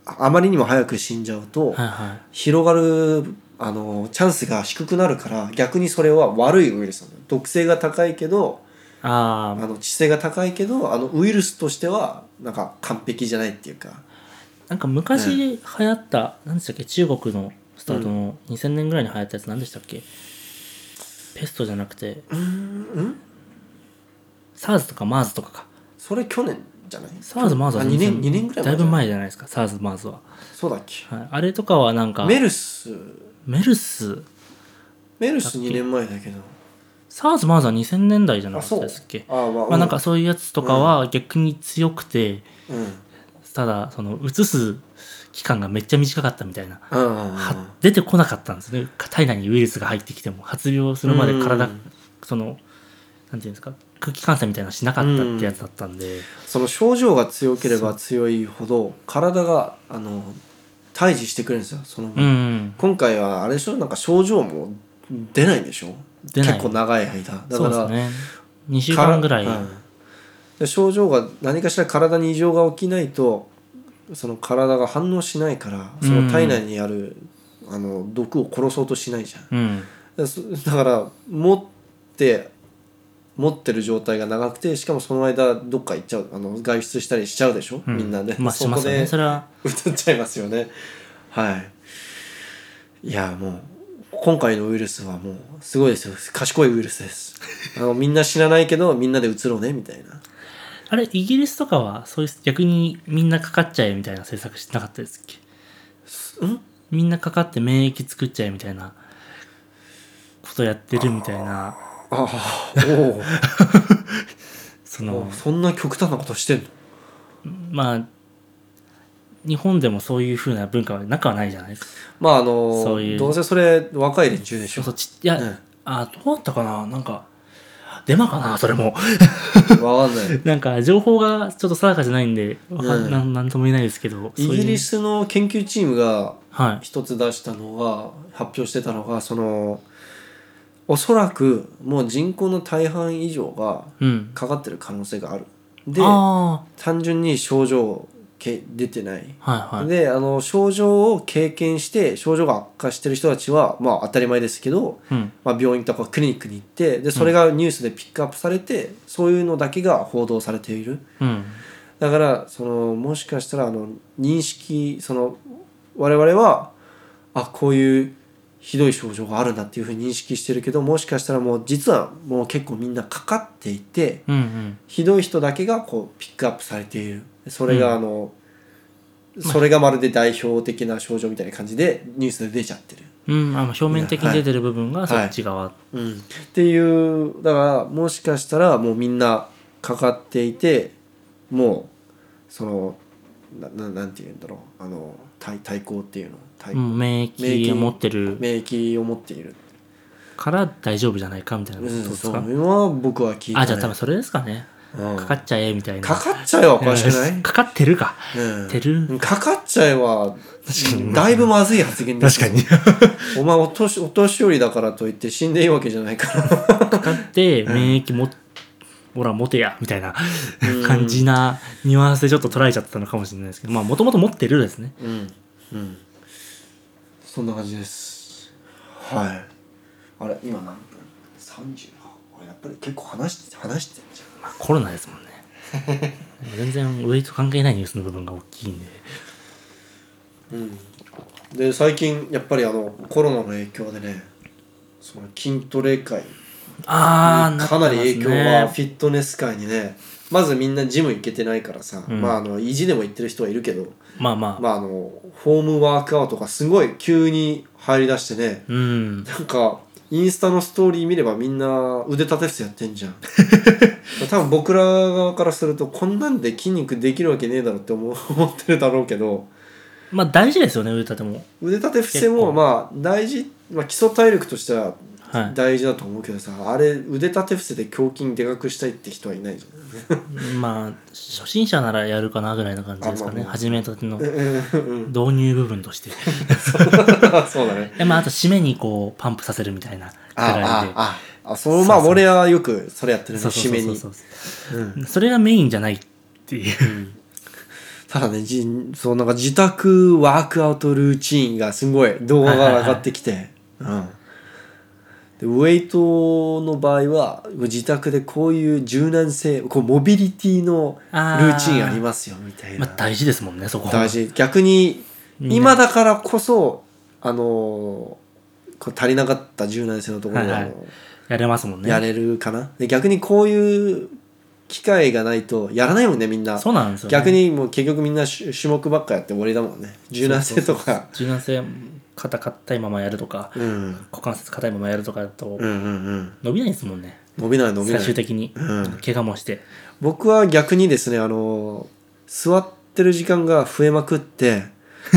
ああまりにも早く死んじゃうと、
はいはい。
広がるあのチャンスが低くなるから逆にそれは悪いウイルスなんだよ毒性が高いけどあ
ああ、
の知性が高いけどあのウイルスとしてはなんか完璧じゃないっていうか
なんか昔流行った、何でしたっけ、中国のスタートの2000年ぐらいに流行ったやつ何でしたっけ、ペストじゃなくて、
うーん
SARS とか MERS とかか。
それ去年じゃない
SARS、MERS は
あ二年
2000
二年ぐらい前
だい
じゃ
ぶ
ん
前じゃないですか、SARS、MERS は。
そうだっけ
はい、あれとかはなんか、
メルス
メルス、
メルス2年前だけど
SARS、MERS は2000年代じゃな
あ
かった
そう
ですっけ。
あまあ、
まあなんかそういうやつとかは逆に強くて、
うんうん
ただその移す期間がめっちゃ短かったみたいな
うんうんうん
は出てこなかったんですね体内にウイルスが入ってきても発病するまで体
うん
そのなんていうんですか空気感染みたいなのしなかったってやつだったんで
その症状が強ければ強いほど体があの対峙してくれるんですよその分
うん、
今回はあれでしょなんか症状も出ないんでしょ
出ない
結構長い間だ
そ
か
うです
ら、
ね2週間ぐらい、
かうんで症状が何かしら体に異常が起きないとその体が反応しないからその体内にある、あの毒を殺そうとしないじゃん
うん
でそだから持って持ってる状態が長くてしかもその間どっか行っちゃうあの外出したりしちゃうでしょ、
うん
みんなで、
まあし
そ
ま
こ
すよね
で
それは
歌っちゃいますよねはいいやもう今回のウイルスはもうすごいですよ賢いウイルスですあのみんな知らないけどみんなでうつろうねみたいな
あれイギリスとかはそういう逆にみんなかかっちゃえみたいな政策してなかったですっけ
うん
みんなかかって免疫作っちゃえみたいなことやってるみたいな
ああお
そ
お
の
そんな極端なことしてんの
まあ日本でもそういうふうな文化はなくはないじゃないですか。
まああの
そういう
どうせそれ若い連中でし
そ
ょ
うそうちいや、
うん
あどうだったかななんかデマかなそれも
わかんない
なんか情報がちょっと定かじゃないんで、わか
うん
なん、なんとも言えないですけど
イギリ
ス
スの研究チームが
は
一つ出したのが発表してたのがそのおそらくもう人口の大半以上が
いうん
かかってる可能性があるで
あ
単純に症状け出てない、
あはいはい
であの症状を経験して症状が悪化してる人たちはまあ当たり前ですけど、
うん
まあ、病院とかクリニックに行ってでそれがニュースでピックアップされて、そういうのだけが報道されている
うん
だからそのもしかしたらあの認識その我々はあこういうひどい症状があるんだっていうふうに認識してるけどもしかしたらもう実はもう結構みんなかかっていて、
うんうん
ひどい人だけがこうピックアップされているそれ
うん
があの、それがまるで代表的な症状みたいな感じでニュースで出ちゃってる、
うんあの表面的に出てる部分がそっち側、
うん、っていうだからもしかしたらもうみんなかかっていてもうそのなななんて言うんだろうあの対対抗っていうの対、
うん免疫を持ってる
免疫を持っている、
から大丈夫じゃないかみたいな
う
こと
ん、
です
そ
か、
れは僕は聞いた、ね、
あじゃあ多分それですかね
うん
かかっちゃえみたいな
かかっちゃえばおかしくない、
かかってるか
うん
てる
かかっちゃえば
かに
だいぶまずい発言ですよ
に
お前お年お年寄りだからといって死んでいいわけじゃないから
かかって免疫も、ほら持てやみたいな
うん
感じなニュアンスでちょっと捉えちゃったのかもしれないですけどまあもともと持ってるですね
うんうんそんな感じですはいあれ今何分 ?30 俺やっぱり結構話して話してんじゃん
まあコロナですもんね 全然ウエイト関係ないニュースの部分が大きいんで
で最近やっぱりあのコロナの影響でねその筋トレ界に
ああ
かなり影響はフィットネス界にねまずみんなジム行けてないからさ、
うん
まああの意地でも行ってる人はいるけど
まあまあ、
まああのホームワークアウトがすごい急に入りだしてね
うん
なんかインスタのストーリー見ればみんな腕立て伏せやってんじゃ ん多分僕ら側からするとこんなんで筋肉できるわけねえだろって思う思ってるだろうけど
まあ大事ですよね腕立ても
腕立て伏せも
結構
まあ大事、まあ、基礎体力としては
はい
大事だと思うけどさ、あれ腕立て伏せで胸筋でかくしたいって人はいないじ
まあ初心者ならやるかなぐらいな感じですか
あまあ
ね
まあ
始めたての
ゃんうん
導入部分とし て
そうだね
えまああと締めにこうパンプさせるみたいなぐらい
あ
で
あああそのまあ
そうそう
俺はよくそれやってるね
そうそ
締
う
め
そう
に
そうそう
うん
それがメインじゃないっていう
ただねじそうなんか自宅ワークアウトルーチンがすごい動画が上がってきて、うん、でウェイトの場合は自宅でこういう柔軟性こうモビリティのル
あー
ーチンありますよみたいな、
まあ大事ですもんねそこは
大事逆に
みんな
今だからこそあのこう足りなかった柔軟性のところが、
はいはいやれますもんね
やれるかなで逆にこういう機会がないとやらないもんねみんな
そうなんですよ、ね、
逆にもう結局みんな種種目ばっかやって終わりだもんね柔軟性とか
柔軟性肩硬いままやるとか
うん
股関節硬いままやるとかだと
うんうんうん
伸びないですもんね、
伸びない伸びな
最終
い
的に、
うん
怪我もして
僕は逆にですねあの座ってる時間が増えまくって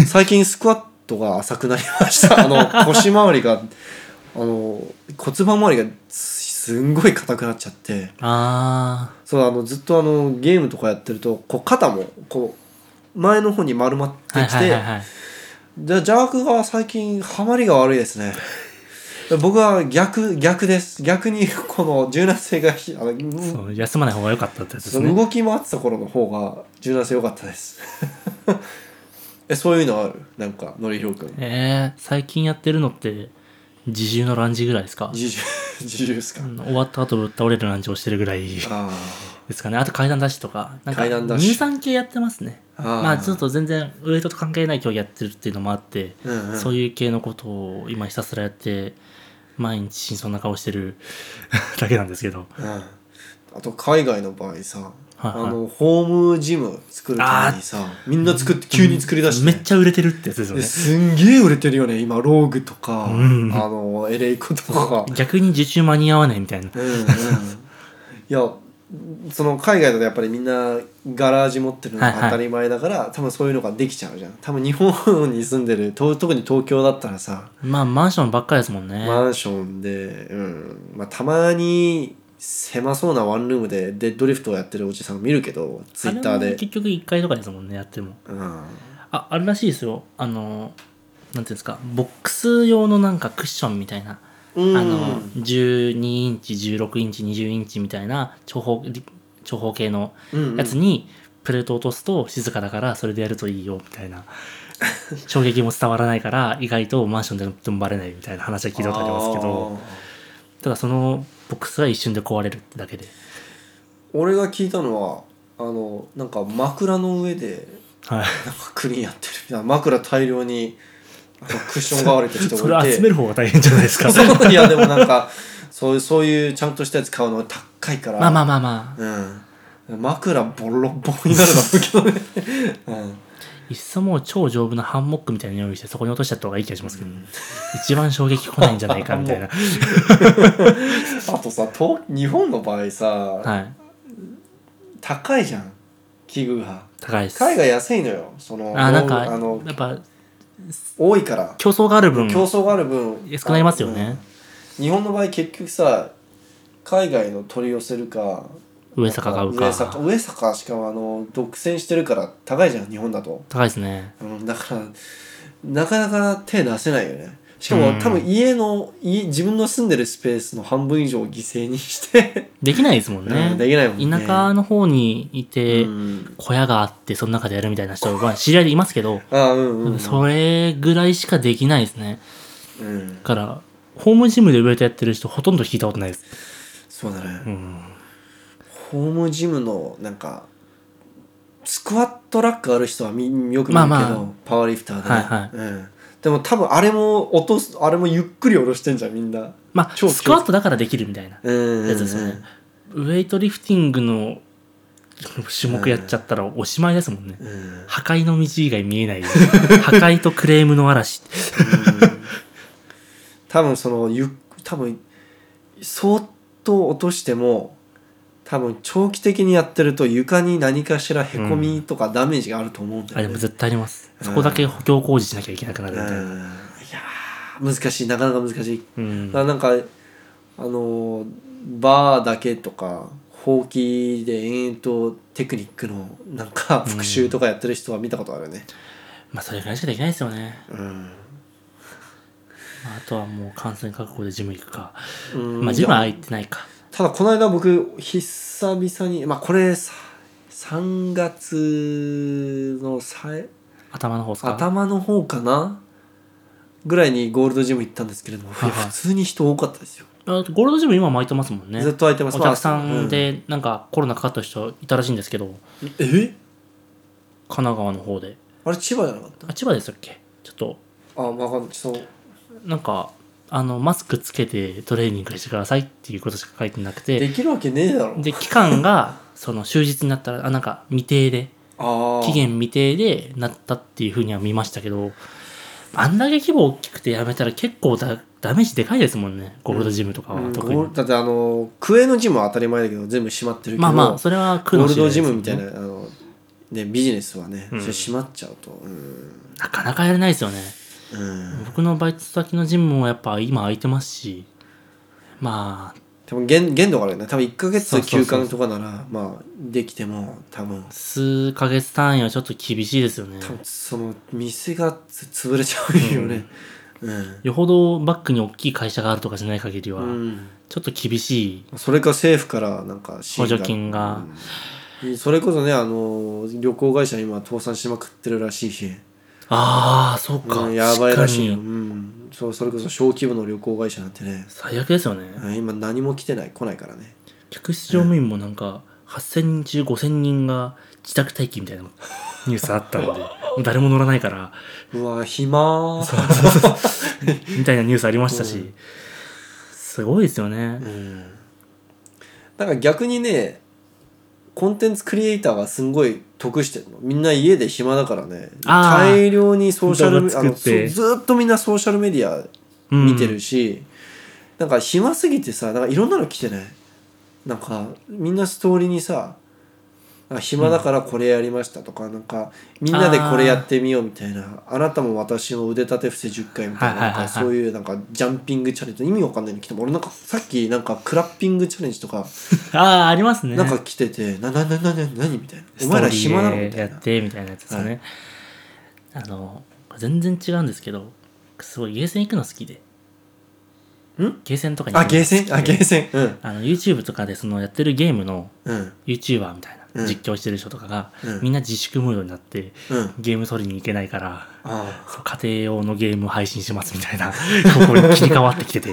最近スクワットが浅くなりました あの腰回りがあの骨盤周りがすんごい硬くなっちゃって
あ
そうあのずっとあのゲームとかやってるとこう肩もこう前の方に丸まって
あはい
き
はい
て
はいはい
じゃ邪悪が最近ハマりが悪いですね僕は逆逆です逆にこの柔軟性がひあの
そ
そう
休まない方が良かったってやつです
の
ね
動き回ってた頃の方が柔軟性良かったです えそういうのあるなんかのりひろくん
えー、最近やってるのって自重のランジぐらいですか
自重 自重ですか、
うん終わった後ぶっ倒れるランジをしてるぐらい
あ
ですかねあと階段ダッシュとかなんか
階段ダッシュ
乳酸系やってますね
あ
まあちょっ、と全然ウエイトと関係ない競技やってるっていうのもあって、
うんうん、
そ
そう
いう系のことを今ひたすらやって毎日真相な顔し てるだけなんですけど
うん、あと海外の場合さ、
はいはい
あのホームジム作るためにさみんな作って急に作り出して、
めっちゃ売れてるってやつですよ
で
ね
すんげえ売れてるよね今ローグとか、
うん
あのエレイコとか
逆に受注間に合わないみたいな
うんうん いやその海外だとやっぱりみんなガラージ持ってるのが
はいはい
当たり前だから、多分そういうのができちゃうじゃん多分日本に住んでると特に東京だったらさ、
まあマンションばっかりですもんね、
マンションで、うんまあ、たまに狭そうなワンルームでデッドリフトをやってるおじさん見るけどツイッター
あれも
で、
結局1回とかですもんねやっても
うん、
ああれらしいですよあのなんていうんですかボックス用のなんかクッションみたいな、あの12インチ16インチ20インチみたいな長方長方形のやつにプレートを落とすと静かだからそれでやるといいよみたいな衝撃も伝わらないから意外とマンションでやってもバレないみたいな話は聞いたことありますけど
あー
ただそのボックスが一瞬で壊れるってだけで
俺が聞いたのはあのなんか枕の上で
はい
なんかクリーンやってるみたいな枕大量にあのクッション代わりとして置い
それ
て
集める方が大変じゃないですか
そういやでもなんかそういうそういうちゃんとしたやつ買うの高いから
まあまあまあまあ
うん、枕ボロボロになるだろうけどね、
いっそもう超丈夫なハンモックみたいな用意してそこに落としちゃった方がいい気がしますけど、一番衝撃来ないんじゃないかみた いな
うん、あとさ東日本の場合さ、
はい
高いじゃん器具が
高いです
海外安いのよその
あなん
あの
かやっぱ
多いから
競争がある分
競争がある分
安くなりますよね、
日本の場合結局さ海外の取り寄せるか
上坂買うか
上坂上坂しかもあの独占してるから高いじゃん日本だと、
高いですね
うん、だからなかなか手出せないよねしか
う
も
ん
多分家の家自分の住んでるスペースの半分以上を犠牲にして、
できないですもん ね、
うんできないもんね
田舎の方にいて、
うん
小屋があってその中でやるみたいな人は知り合いでいますけど、
あうんうん、うん、
それぐらいしかできないですね
うん
だ、からホームジムでウェイトやってる人ほとんど聞いたことないです、
そうだね、
うん、
ホームジムのなんかスクワットラックある人はみよく見るけど、
まあまあ
パワーリフターで、ね
はいはい
うん、でも多分あれも落とすあれもゆっくり下ろしてんじゃんみんな
まあ
超
スクワットだからできるみたいな
うん
やつですよね、ウェイトリフティングの種目やっちゃったらおしまいですもんね、
うんうん
破壊の道以外見え ない破壊とクレームの嵐
多分そのゆっ多分そーっと落としても多分長期的にやってると床に何かしらへこみとかダメージがあると思うんだ
あ
よ
で
ね。
も絶対ありますそこだけ補強工事しなきゃいけなくなる
うん
みたいない
やー難しいなかなか難しい。
うん
だからなんかあのーバーだけとかほうきで延々とテクニックのなんか復習とかやってる人は見たことあるね。
まあそれぐらいしかできないですよね、
うん
まあ、あとはもう感染覚悟でジム行くか
うん
まあジムは行ってないか
ただこの間僕久々にまあこれさ3月のさえ
頭の方ですか
頭の方かなぐらいにゴールドジム行ったんですけれども、
はいはい
普通に人多かったですよ、
あゴールドジム今巻いてますもんね
ずっと空いてます
お客さん、
まあ
でなんかコロナかかった人いたらしいんですけど
うんえ
神奈川の方で
あれ千葉じゃなかった
あ千葉でしたっけちょっと
あわかんないちょっと
なんかあのマスクつけてトレーニングしてくださいっていうことしか書いてなくて
できるわけねえだろ
で期間がその終日になったらあなんか未定で
ああ
期限未定でなったっていうふうには見ましたけどあんだけ規模大きくてやめたら結構だダメージでかいですもんねゴールドジムとか
う
は
ん
特に、
ゴールだってあのクエのジムは当たり前だけど全部閉まってるけど
まあまあそれは苦
ゴー
の
ル
知れ
ド
です
ジ
よね
ムみたいなあの、ね、ビジネスはね、
うん
それ閉まっちゃうとうん
なかなかやれないですよね
うん
僕のバイト先のジムもやっぱ今空いてますしまあ
多分限限度があるよね多分1ヶ
そう
月
そう
休
そう
館とかならまあできても多分
数ヶ月単位はちょっと厳しいですよね
多分その店がつ潰れちゃうよねうん、
よほどバックに大きい会社があるとかじゃない限りは、
うん
ちょっと厳しい
それか政府からなんか支
補
援
助金が、
うんそれこそねあの旅行会社今倒産しまくってるらしいし、
ああそうか、
うんやばいらしいよ、う
確かに
ん、そうそれこそ小規模の旅行会社なんてね
最悪ですよね
うん今何も来てない来ないからね
客室乗務員もなんか8000人中5000人が自宅待機みたいなニュースあ ったのでもう誰も乗らないから
うわ暇
みたいなニュースありましたし、
うん
すごいですよね
うんだから逆にねコンテンツクリエイターはすんごい得してるのみんな家で暇だからね
あー
大量にソーシャルメ
動画作って
あのそうずっとみんなソーシャルメディア
うん
見てるし、なんか暇すぎてさなんかいろんなの来てないなんかみんなストーリーにさなんか暇だからこれやりましたとか、なんかみんなでこれやってみようみたいなあなたも私も腕立て伏せ10回みたいな,、
はいはいはいはい
なんかそういうなんかジャンピングチャレンジ意味わかんないの来ても俺なんかさっきなんかクラッピングチャレンジとか
ああありますね
なんか来てて、ななななな何みたいなお
スト
前
ー
ら
リー
暇なのみた
や
い
っ
な
てみたいなやつですよね、あの全然違うんですけどすごいゲーセン行くの好きで
ん
ゲーセンとかに行
あ
くの
ゲーセンあ
好き
ゲ
で
ーセンうん
あの YouTube とかでそのやってるゲームの
うん
ユーチューバーみたいな、
うん
実況してる人とかが、
うん
みんな自粛ムードになって
うん
ゲーム取りに行けないから
あ
そう家庭用のゲーム配信しますみたいな ここに切り替わってきて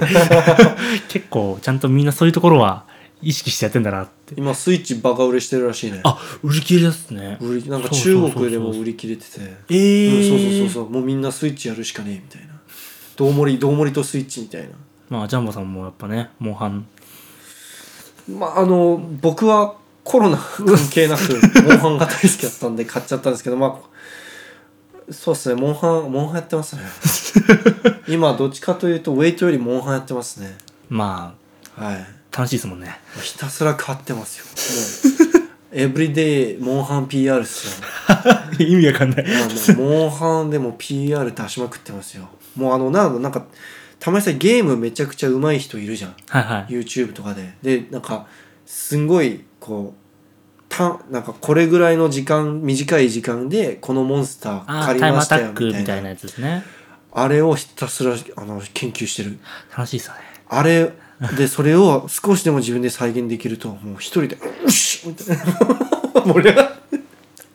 て結構ちゃんとみんなそういうところは意識してやってんだなって
今スイッチバカ売れしてるらしいね
あ売り切れですね
売りなんか
そう
中
そうそうそう
国でも売り切れてて
え
うん、そうそう
ー
そうそうもうみんなスイッチやるしかねえみたいなどうもりどうもりとスイッチみたいな
まあジャンボさんもやっぱねモンハン
まああの僕はコロナ関係 なくモンハンが大好きだったんで買っちゃったんですけどまあそうですねモンハンモンハンやって ますね今どっちかというとウェイトよりモンハンやってますね
ま
はい
あ楽しいですも んね
ひたすら買ってますよ もうエブリデイモンハン PR っすよ
意味わかんない
あのモンハンでも PR 出しまくってますよもうあのなんかなんかたまにさゲームめちゃくちゃ上手い人いるじゃん
はいはい
YouTube とかででなんかすんごいこうたなんかこれぐらいの時間短い時間でこのモンスタ
あ
ー
ー
借
タ
り
イム
ま
ア
し
タ
たよ
ック
みたい
み
な
たいなやつですね
あれをひたすらあの研究してる
楽しいですよね
あれでそれを少しでも自分で再現できるともう一人で「よし!」みたいな盛り上がる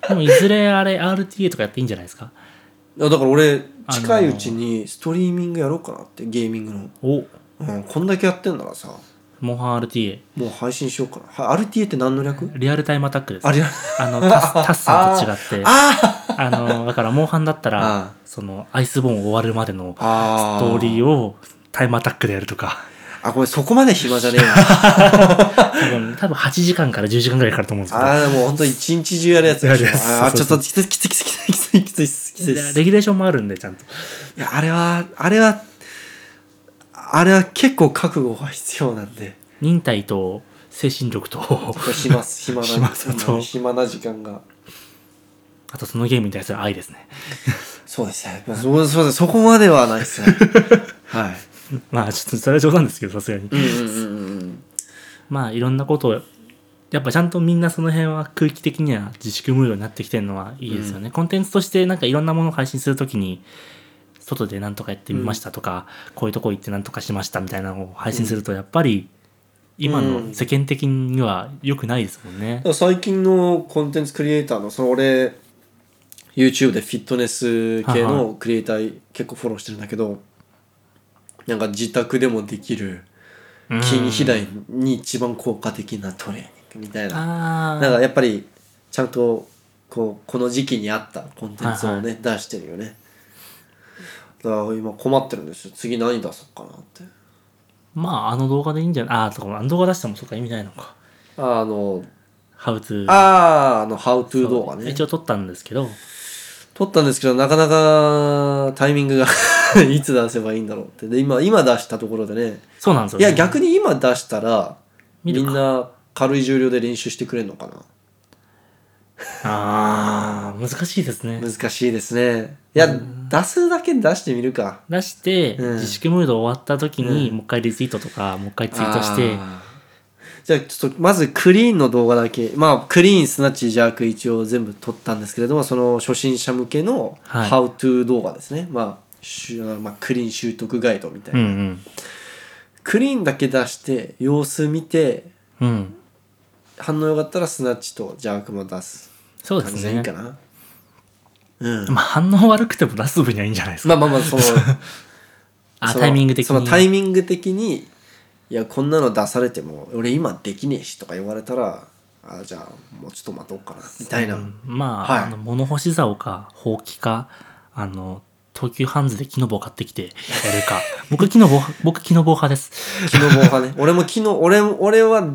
でもいずれあれ RTA とかやっていいんじゃないですか
いやだから俺
あのー
近いうちにストリーミングやろうかなってゲーミングの、
お
うん、こんだけやってんならさ
モンハン RTA
もう配信しようかなは RTA って何の略
リアルタイムアタックです
あれ
あ の、タス、タスさんと違って、あ
あ
の、だから、モンハンだったら、
あ
その、アイスボーン終わるまでの ス
あ
トーリ
を
ーをタイムアタックでやるとか、
あこれそこまで暇じゃねえ な
多分、多分8時間から10時間ぐらいかかると思うんですけど、
ああもうほんと一日中やるやつでしょ
やるやつ
あーち
そ
ょ
う
っ
そう
ときついきついきついきついきついきついきつい
でレギュレーションもあるんで、ちゃんと。
いやあれはあれはあれは結構覚悟が必要なんで
忍耐と精神力と
暇す 暇な
暇さと
うん暇な時間が
あとそのゲームに対する愛ですね
そうですね、まあ、そうすいませんそこまではない ですねはい
まあちょっとそれは冗談ですけどさすがに
うんうんうんうん
まあいろんなことをやっぱちゃんとみんなその辺は空気的には自粛ムードになってきてるのはいいですよね、コンテンツとしてなんかいろんなものを配信するときに外でなんとかやってみましたとか、こういうとこ行ってなんとかしましたみたいなのを配信するとやっぱり今の世間的には良くないですもんね
だか、ら最近のコンテンツクリエイターのその俺 YouTube でフィットネス系
はい
のクリエイター結構フォローしてるんだけどなんか自宅でもできる
うん
筋肥大に一番効果的なトレーニングみたいな
あ
なん
あ
かやっぱりちゃんとこうこの時期に合ったコンテンツをね、出してるよねだから今困ってるんですよ次何出そうかなって
まああの動画でいいんじゃないああとかあの動画出してもそうか意味ないのか
あの
ハウツー
あーあの「How to」動画ね
一応撮ったんですけど
撮ったんですけどなかなかタイミングが いつ出せばいいんだろうってで今今出したところでね
そうなんですよ
い
ね、
や逆に今出したら
見
み
るか
んな軽い重量で練習してくれるのかな
ああ難しいですね
難しいですねいや出すだけ出してみるか
出して、
うん
自粛ムード終わった時に、もう一回リツイートとかもう一回ツイートして
あーじゃあちょっとまずクリーンの動画だけまあクリーンすなわちジャーク一応全部撮ったんですけれどもその初心者向けの「
はい
How to」動画ですね、まあしゅまあクリーン習得ガイドみたいな、
うんうん
クリーンだけ出して様子見て
うん
反応良かったらスナッチとジャークも出す
そうで
感じ
す
でいい
ね
かな うん
まあ反応悪くても出す分にはいいんじゃないですか、
まあまあま あその
あ
その
タイミング的に
そのタイミング的にいやこんなの出されても俺今できねえしとか言われたらあじゃあもうちょっと待とうかなみたいな、
うんまあ,、
はい
あの物干し竿かほうきかあの東急ハンズで木の棒買ってきてやる か僕木の棒僕木の棒派です
木の棒派ね 俺も木の俺も俺は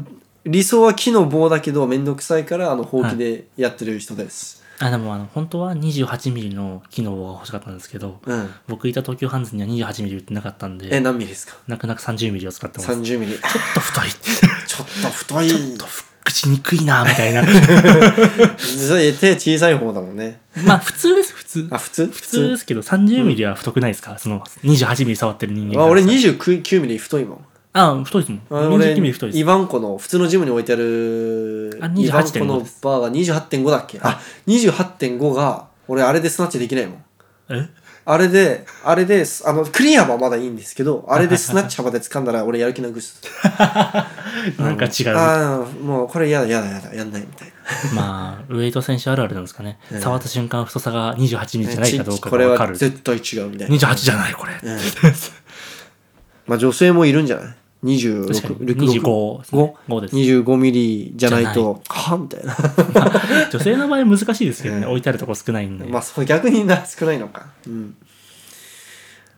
理想は木の棒だけど面倒くさいからあのほうきでやってる人です、
あでもあの本当は28ミリの木の棒が欲しかったんですけど
うん
僕いた東急ハンズには28ミリ売ってなかったん
え
で
何ミリですか
泣く泣く30ミリを使ってますちょっ
30ミリちょ
と太い
っと太い
ちょっとふっくしにくいなみたいな
それ手小さい方だもんね
まあ普通です普通
あ普通普
普通ですけど30ミリは太くないですか、その28ミリ触ってる人間から
あ俺29ミリ太いもん
あ太いですもん
あ
29ミリ太いです
イバンコの普通のジムに置いてある
あ
イバンコ
28.5
の
です
バーが28.5だっけあ28.5が俺あれでスナッチできないもん
え
あれであれであのクリアはまだいいんですけどあれでスナッチ幅で掴んだら俺やる気なくす
なんか違う
ああもうこれやだやだやだやんないみたい
まあウエイト選手あるあるなんですかね、
うん
触った瞬間太さが28ミリじ
な
ゃないかどうか
こ
が
れ
分か
は
る
絶対違うみたいな
28じゃないこれ、
んまあ女性もいるんじゃない
確かに
26
25ですね5です
25ミリじゃないとはみたいな
女性の場合難しいですけどね、
うん
置いてあるとこ少ないんで、
まあそう逆にな少ないのかうん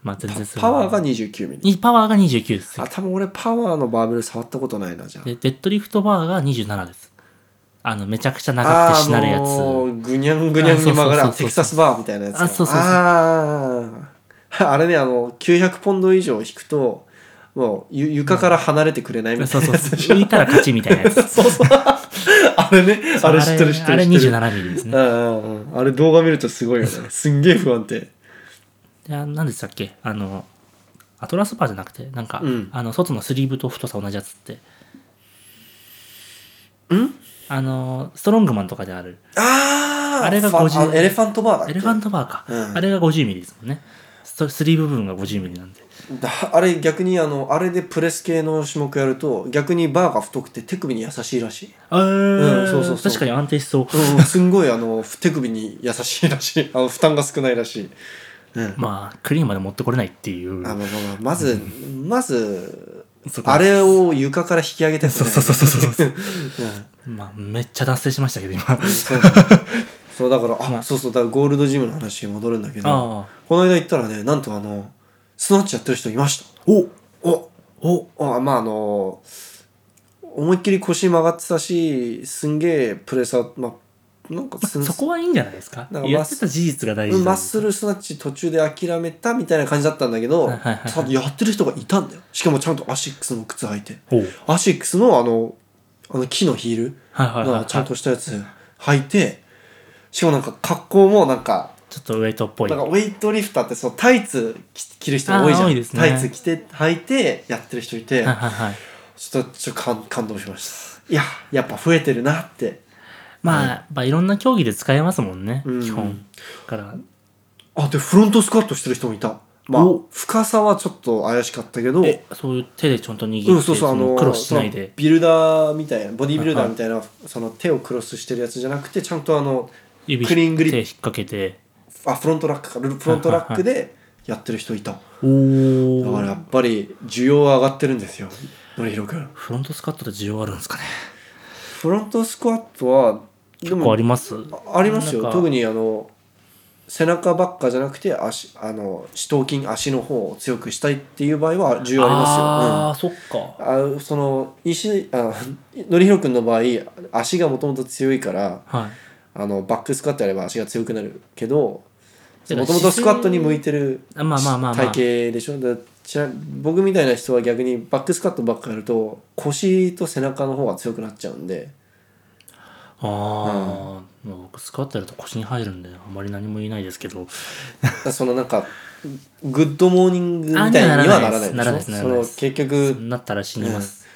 まあ全然
パワーが29ミリ
にパワーが29です
あ多分俺パワーのバーベル触ったことないなじゃ
でデッドリフトバーが27ですあのめちゃくちゃ長くてしなるや
あ
つ、
もうぐにゃんぐにゃんに曲が
あそうそうそう
る
そう
テキサスバーみたいなやつ
あそうそうそう
あー あれねあの900ポンド以上引くともうゆ床から離れてくれないみた
そ
いうな
そう
やつ
そう
でしょ
浮いたら勝ちみたいなやつ
そうそう あれね あれ知ってる知ってる
あれ
知ってる
27ミリです
う
ね
んうんうんあれ動画見るとす ごいよねすんげえ不安定
であ何でしたっけあのアトラスパーじゃなくてなんか、
うん
あの外のスリーブと太さ同じやつってんあのストロングマンとかである
あー
あれが
ファ
50
あのエレファントバーだっけ
エレファントバーか、
うん
あれが50ミリですもんねストスリーブ部分が50ミリなんで
だあれ逆にあのあれでプレス系の種目やると逆にバーが太くて手首に優しいらしい、
あうん
そうそうそう
確かに安定しそう、
うん、すんごいあの手首に優しいらしい あの負担が少ないらしい、うん、
まあクリーンまで持ってこれないっていう
あまあまあまあまずまず
そこ
あれを床から引き上げたやつ
そうそうそうそうそ う
う、うん、
まあめっちゃ脱線しましたけど今あ
そうだそうだからあ、
まあ
そうそうだからゴールドジムの話に戻るんだけど
あ
この間行ったらねなんとあのスナッチやってる人いました
お
お
お
あまああの思いっきり腰曲がってたしすんげえプレスは、まあ、なんかす
そこはいいんじゃないですか
なんか
やってた事実が大事
うん
だ
マッスルスナッチ途中で諦めたみたいな感じだったんだけど、
はいはいはい
ただやってる人がいたんだよしかもちゃんとアシックスの靴履いて
ほう
アシックスのあのあの木のヒール
はいはいはい、
のちゃんとしたやつ履いてしかもなんか格好もなんか
ちょっとウェイトっぽい
なんかウェイトリフターってそのタイツ着着る人多いじゃ
あー
ん、
多いですね
タイツ着て履いてやってる人いて
はいはいはい
ちょっとちょっと感感動しましたいややっぱ増えてるなって
まあ、やっぱいろんな競技で使えますもんね、
うん
基本から
あでフロントスクワットしてる人もいたまあ
お
深さはちょっと怪しかったけど
えそういう手でちゃんと握って、
うん、そうそう、あ
その
の、
苦労しな
そ
い
の
で
ビルダーみたいな、ボディービルダ
は
ー
い
みたいな、その手をクロスしてるやつじゃなくて、ちゃんとあの、
指
クリーングリップ
手引っ掛けて
あ、フロントラックか、ルフロントラックでやってる人いた。
お
だからや
ー
っぱり、需要は上がってるんですよ、のりひろくん。
フロントスカットで需要あるんですかね
フロントスクワットは、で
結構あ
も、
ります
ああります
な
よ。
んか
特にあの、背中ばっかじゃなくて足あの四頭筋足の方を強くしたいっていう場合は需要ありますよ。うん
ああ、そっか
あその石あのりひろくんの場合足がもともと強いから
はい
あのバックスクワットやれば足が強くなるけど
てか
もともとスクワットに向いてる
あまあまあまあまあ
体型でしょだちな僕みたいな人は逆にバックスクワットばっかやると腰と背中の方が強くなっちゃうんで
ああ、もう僕スクワットやると腰に入るんであまり何も言えないですけど
だからそのなんかグッドモーニングみたいにはならない
あならない
でし
です
ょ
な
そ
らな
の
いです
結局
なったら死にます、
うん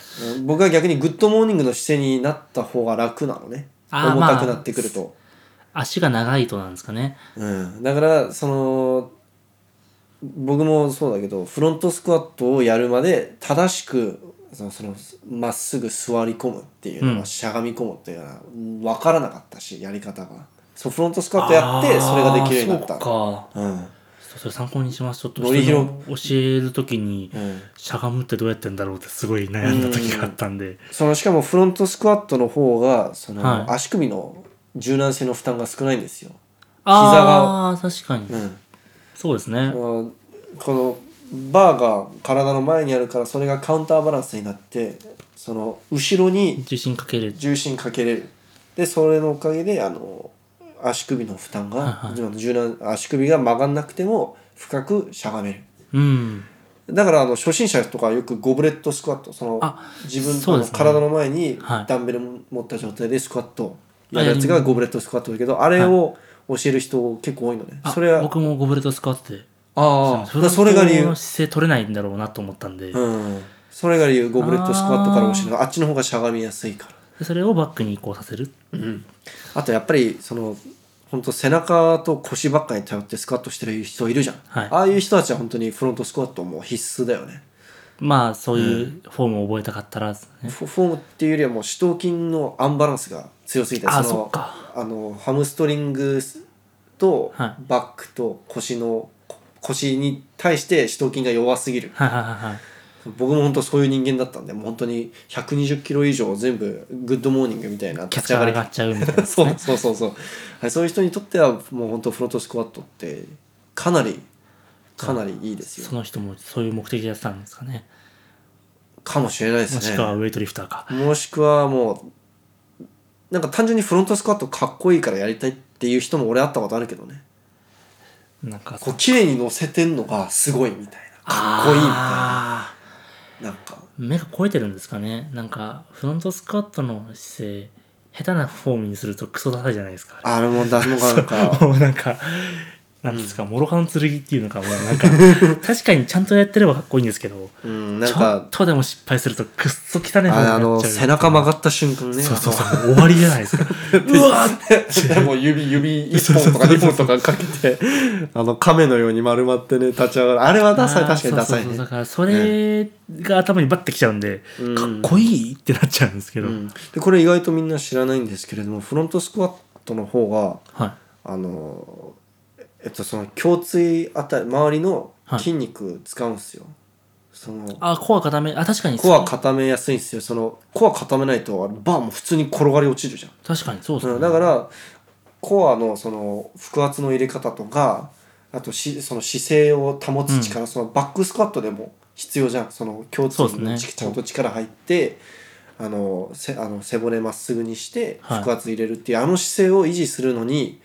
僕は逆にグッドモーニングの姿勢になった方が楽なのね
あー
重たくな
まあ
ってくると。
足が長いとなんですかね
うん、だからその僕もそうだけどフロントスクワットをやるまで正しくそのそのまっすぐ座り込むっていうのは、
うん
しゃがみ込むっていうのは分からなかったしやり方がそうフロントスクワットやってそれができるようになった
あーそうか
う、ん
そうそれ参考にしますちょっと
のりひろ
人に教える時に
うん、
しゃがむってどうやってんだろうってすごい悩んだ時があったんで、
そのしかもフロントスクワットの方がその、
はい
足首の柔軟性の負担が少ないんですよ、
ああ確かに、
うん、
そうですね、
うんこのバーが体の前にあるからそれがカウンターバランスになってその後ろに
重心かける
重心かけれるでそれのおかげであの足首の負担が、
はい
柔軟足首が曲がんなくても深くしゃがめる
うん
だからあの初心者とかよくゴブレットスクワットその
あ
自分
そう
の
ですね
体の前に
はい
ダンベル持った状態でスクワット
あ
やるやつ
や
が
り
ゴブレットスクワットだけどあれを教える人結構多いのね、
あ
それは
僕もゴブレットスカって
ああだからそれが理由
姿勢取れないんだろうなと思ったんで、
うん、それが理由ゴブレットスクワットから教えるのあっちの方がしゃがみやすいから
でそれをバックに移行させる
あとやっぱりその本当背中と腰ばっかに頼ってスクワットしてる人いるじゃん、
はい
ああいう人たちは本当にフロントスクワットもう必須だよね
まあそういうフォームを覚えたかったら、ね
フォフォームっていうよりはもう四頭筋のアンバランスが強すぎての
あそっか
あのハムストリングと
は
バックと腰のこ腰に対して四頭筋が弱すぎる
はいはいはいはい
僕も本当そういう人間だったんでもう本当に120キロ以上全部グッドモーニングみたいな
キ
立
ャッ
ち
チ
上
ャー
が
上
り
がっちゃうみたい な
そうそうそうそうはいそういう人にとってはもう本当フロントスクワットってかなりかなりいいですよ
その人もそういう目的でやってたんですかね
かもしれないで
も
す
し
ね
くはウェイトリフターか
もしくはもうなんか単純にフロントスクワットかっこいいからやりたいっていう人も俺会ったことあるけどね
なんか
こう綺麗に乗せてんのがすごいみたいなかっこいいみたいな
あ
なんか
ー目が超えてるんですかねなんかフロントスクワットの姿勢下手なフォームにするとクソダサいじゃないですか
あれもだもなんか
もうなんかなんですか、諸刃の剣っていうの かもうなんか確かにちゃんとやってればかっこいいんですけど
うんなん
ちょっ
か
とでも失敗するとくっそ汚い方になっちゃう
ああの背中曲がった瞬間ね
そうそうそうもう終わりじゃないですかうわーって
でも指指1本とか2本とかかけ てあの亀のように丸まってね立ち上がるあれは ダサい
あー
確かにダサい
そうそう
ね
そうだからそれが頭にバッてきちゃうんで、
うん
かっこいいってなっちゃうんですけど、
うんでこれ意外とみんな知らないんですけれどもフロントスクワットの方が
は
あのえっとその胸椎あたり周りの筋肉使うんですよ、そ
い
の
あコア固めあ確かに
コア固めやすいんですよそのコア固めないとあれバーも普通に転がり落ちるじゃん
確かにそうですね、
うん、だからコアのその腹圧の入れ方とかあとしその姿勢を保つ力、そのバックスクワットでも必要じゃんその胸
そう
椎
です
に
ね
ち,、ちゃんと力入ってあのせあの背骨まっすぐにして
はい
腹圧入れるっていう、あの姿勢を維持するのに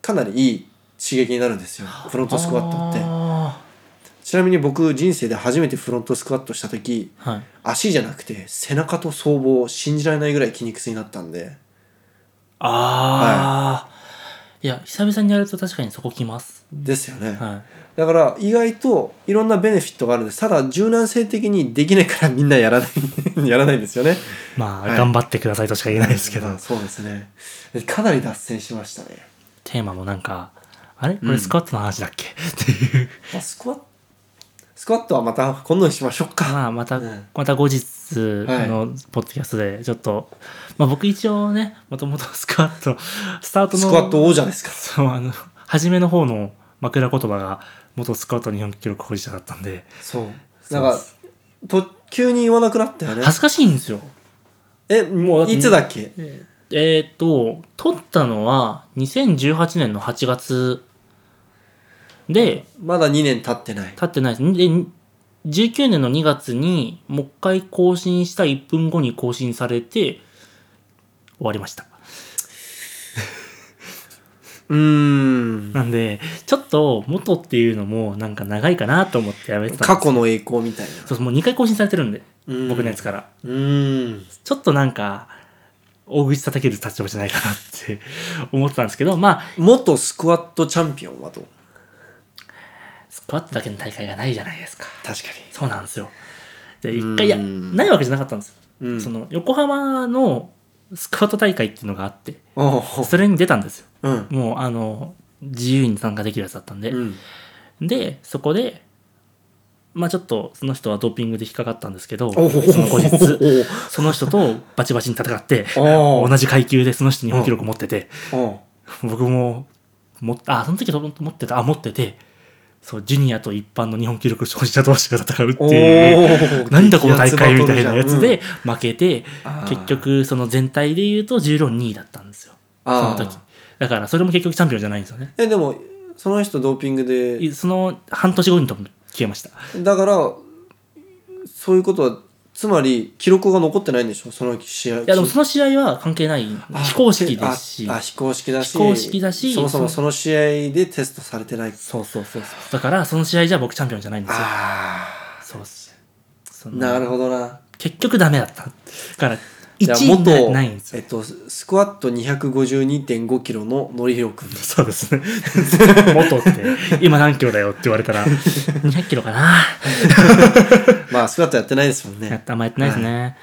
かなりいい刺激になるんですよフロントスクワットって
あ
ちなみに僕人生で初めてフロントスクワットした時
ーはい
足じゃなくて背中と僧帽信じられないぐらい筋肉痛になったんで
あー、い、や久々にやると確かにそこきます
ですよね、
は
だから意外といろんなベネフィットがあるんですただ柔軟性的にできないからみんなやらないやらないん ですよね
いまあ、
はい
頑張ってくださいとしか言えないですけど、
まあそうですねかなり脱線しましたね、
テーマもなんかあれこ
うん
れスクワットの話だっけ、っ ていう
まあ、スクワットスクワットはまた今度にしましょうか
まあまた、
うん
また後日のポッドキャストでちょっと、まあ僕一応ねもとも とスクワットスタートの
スクワット王者ですか
そうあの初めの方の枕言葉が元スクワット日本記録保持者だったんで
そうなんかと急に言わなくなったよね
恥ずかしいんですよ
え
も
も
うだっ
う
て
いつだっけ
えーえーっと撮ったのは2018年の8月で
まだ2年経ってない
経ってないですで19年の2月にもう一回更新した1分後に更新されて終わりました
うーん
なんでちょっと元っていうのもなんか長いかなと思ってやめてたん
過
です
去の栄光みたいな
そうそうもう2回更新されてるんで
うん
僕のやつから
うーん
ちょっとなんか、大口叩ける立場じゃないかなって思ってたんですけど、ま
元スクワットチャンピオンはどう
あ、スクワットだけの大会がないじゃないですか。
確か
そうなんですよ。で、
うーん
一回、いや、ないわけじゃなかったんですよ。
にうん
その、横浜のスクワット大会っていうのがあって、
おう
それに出たんですよ。
うん
もう、あの、自由に参加できるやつだったんで。
うん
で、そこで、まあちょっと、その人はドーピングで引っかかったんですけど、そ
お
の
う
後日、
おう
その人とバチバチに戦って、
おう
同じ階級でその人日本記録持ってて、
おう
僕ももあその時と持ってたあ持っててそうジュニアと一般の日本記録保持者同士が戦うっていう
おう
なんだこの大会みたいなやつで、負けて、
あー
結局その全体で言うと14 2位だったんですよその
あー
時だからそれも結局チャンピオンじゃないんですよね
えでもその人ドーピングで
いその半年後にとも消えました
だからそういうことはつまり記録が残ってないんでしょその試合
いやでもその試合は関係ない非公式ですし
ああ非公式だし
非公式だし
そもそも
そ
その試合でテストされてない
そうそうそうそうだからその試合じゃ僕チャンピオンじゃないんですよ
あ
そうっすそ
あ
の
なるほどな
結局ダメだっただから
じゃあ
1位
元
なないんですよ
えっとスクワット252.5キロののりひろくん
そうで すね。 元って、今何キロだよって言われ たら、200キロかな。
まあスクワットやってないですもん
やっ
ね
たあんまやってないですね。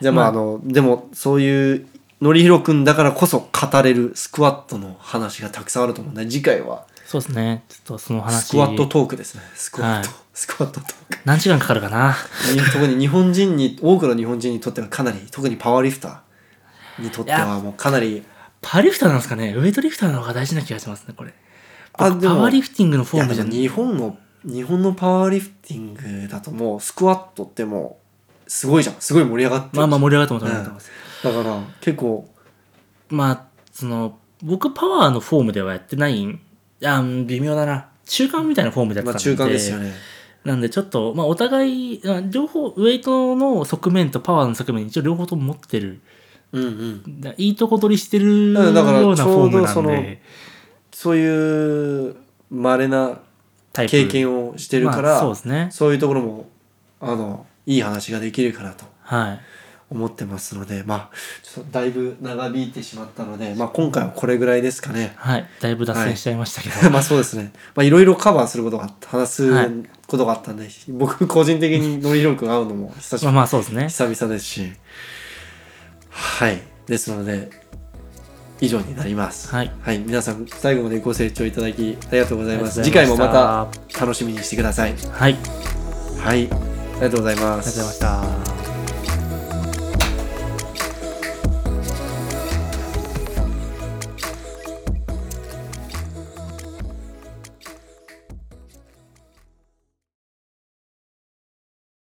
じゃあまあ、
まあ
あのでもそういうのりひろくんだからこそ語れるスクワットの話がたくさんあると思うんで次回は
そうですね。ちょっとその話。
スクワットトークですねスクワット、
はい
スクワットトーク
何時間かかるかな。
に特に日本人に多くの日本人にとってはかなり特にパワーリフターにとって
い
はもうかなり
パワーリフターなんですかね。ウエイトリフターの方が大事な気がしますね、これ。
あ
僕
でも
パワーリフティングの
い
フォ
や
ームじ
で
ゃ
も
ない
日本の日本のパワーリフティングだともうスクワットってもうすごいじゃんすごい盛り上がってるじ
ま
ゃ
あ
ん
まあ盛り上がったもと思います。
だから結構
まあ、その、僕パワーのフォームではやってないん、あー微妙だな。中間みたいなフォームでやっ
ま
て
あ
たんで。
中間ですよね
なんでちょっと、まあ、お互い、あ両方、ウエイトの側面とパワーの側面、一応両方とも持ってる。
うんうん
だいいとこ取りしてるよ
う
うん
だ
なフ
から
ォーム
ちょうど
な
そ
ん
の
で、
そういうまれな
タイプ
経験をしてるから、
まあそ
そうう
ですね。
いうところもあのいい話ができるかなと
はい。
思ってますのでまあちょっとだいぶ長引いてしまったので、まあ、今回はこれぐらいですかね
はい。だいぶ脱線しちゃいましたけど。
まあそうですね。まあいろいろカバーすることがあった、話す
はい
ことがあったんで、僕個人的にのりひろくん会うのも久し
まあまあそうですね。
久々ですし、はい。ですので、以上になります。
はい。
はい。皆さん、最後までご清聴いただきありがとうございます。
あり
次
が
回
とう
も
ございました
また楽しみにしてください。
はい。ありがとう
はい。ありがとうございま。
ございますした。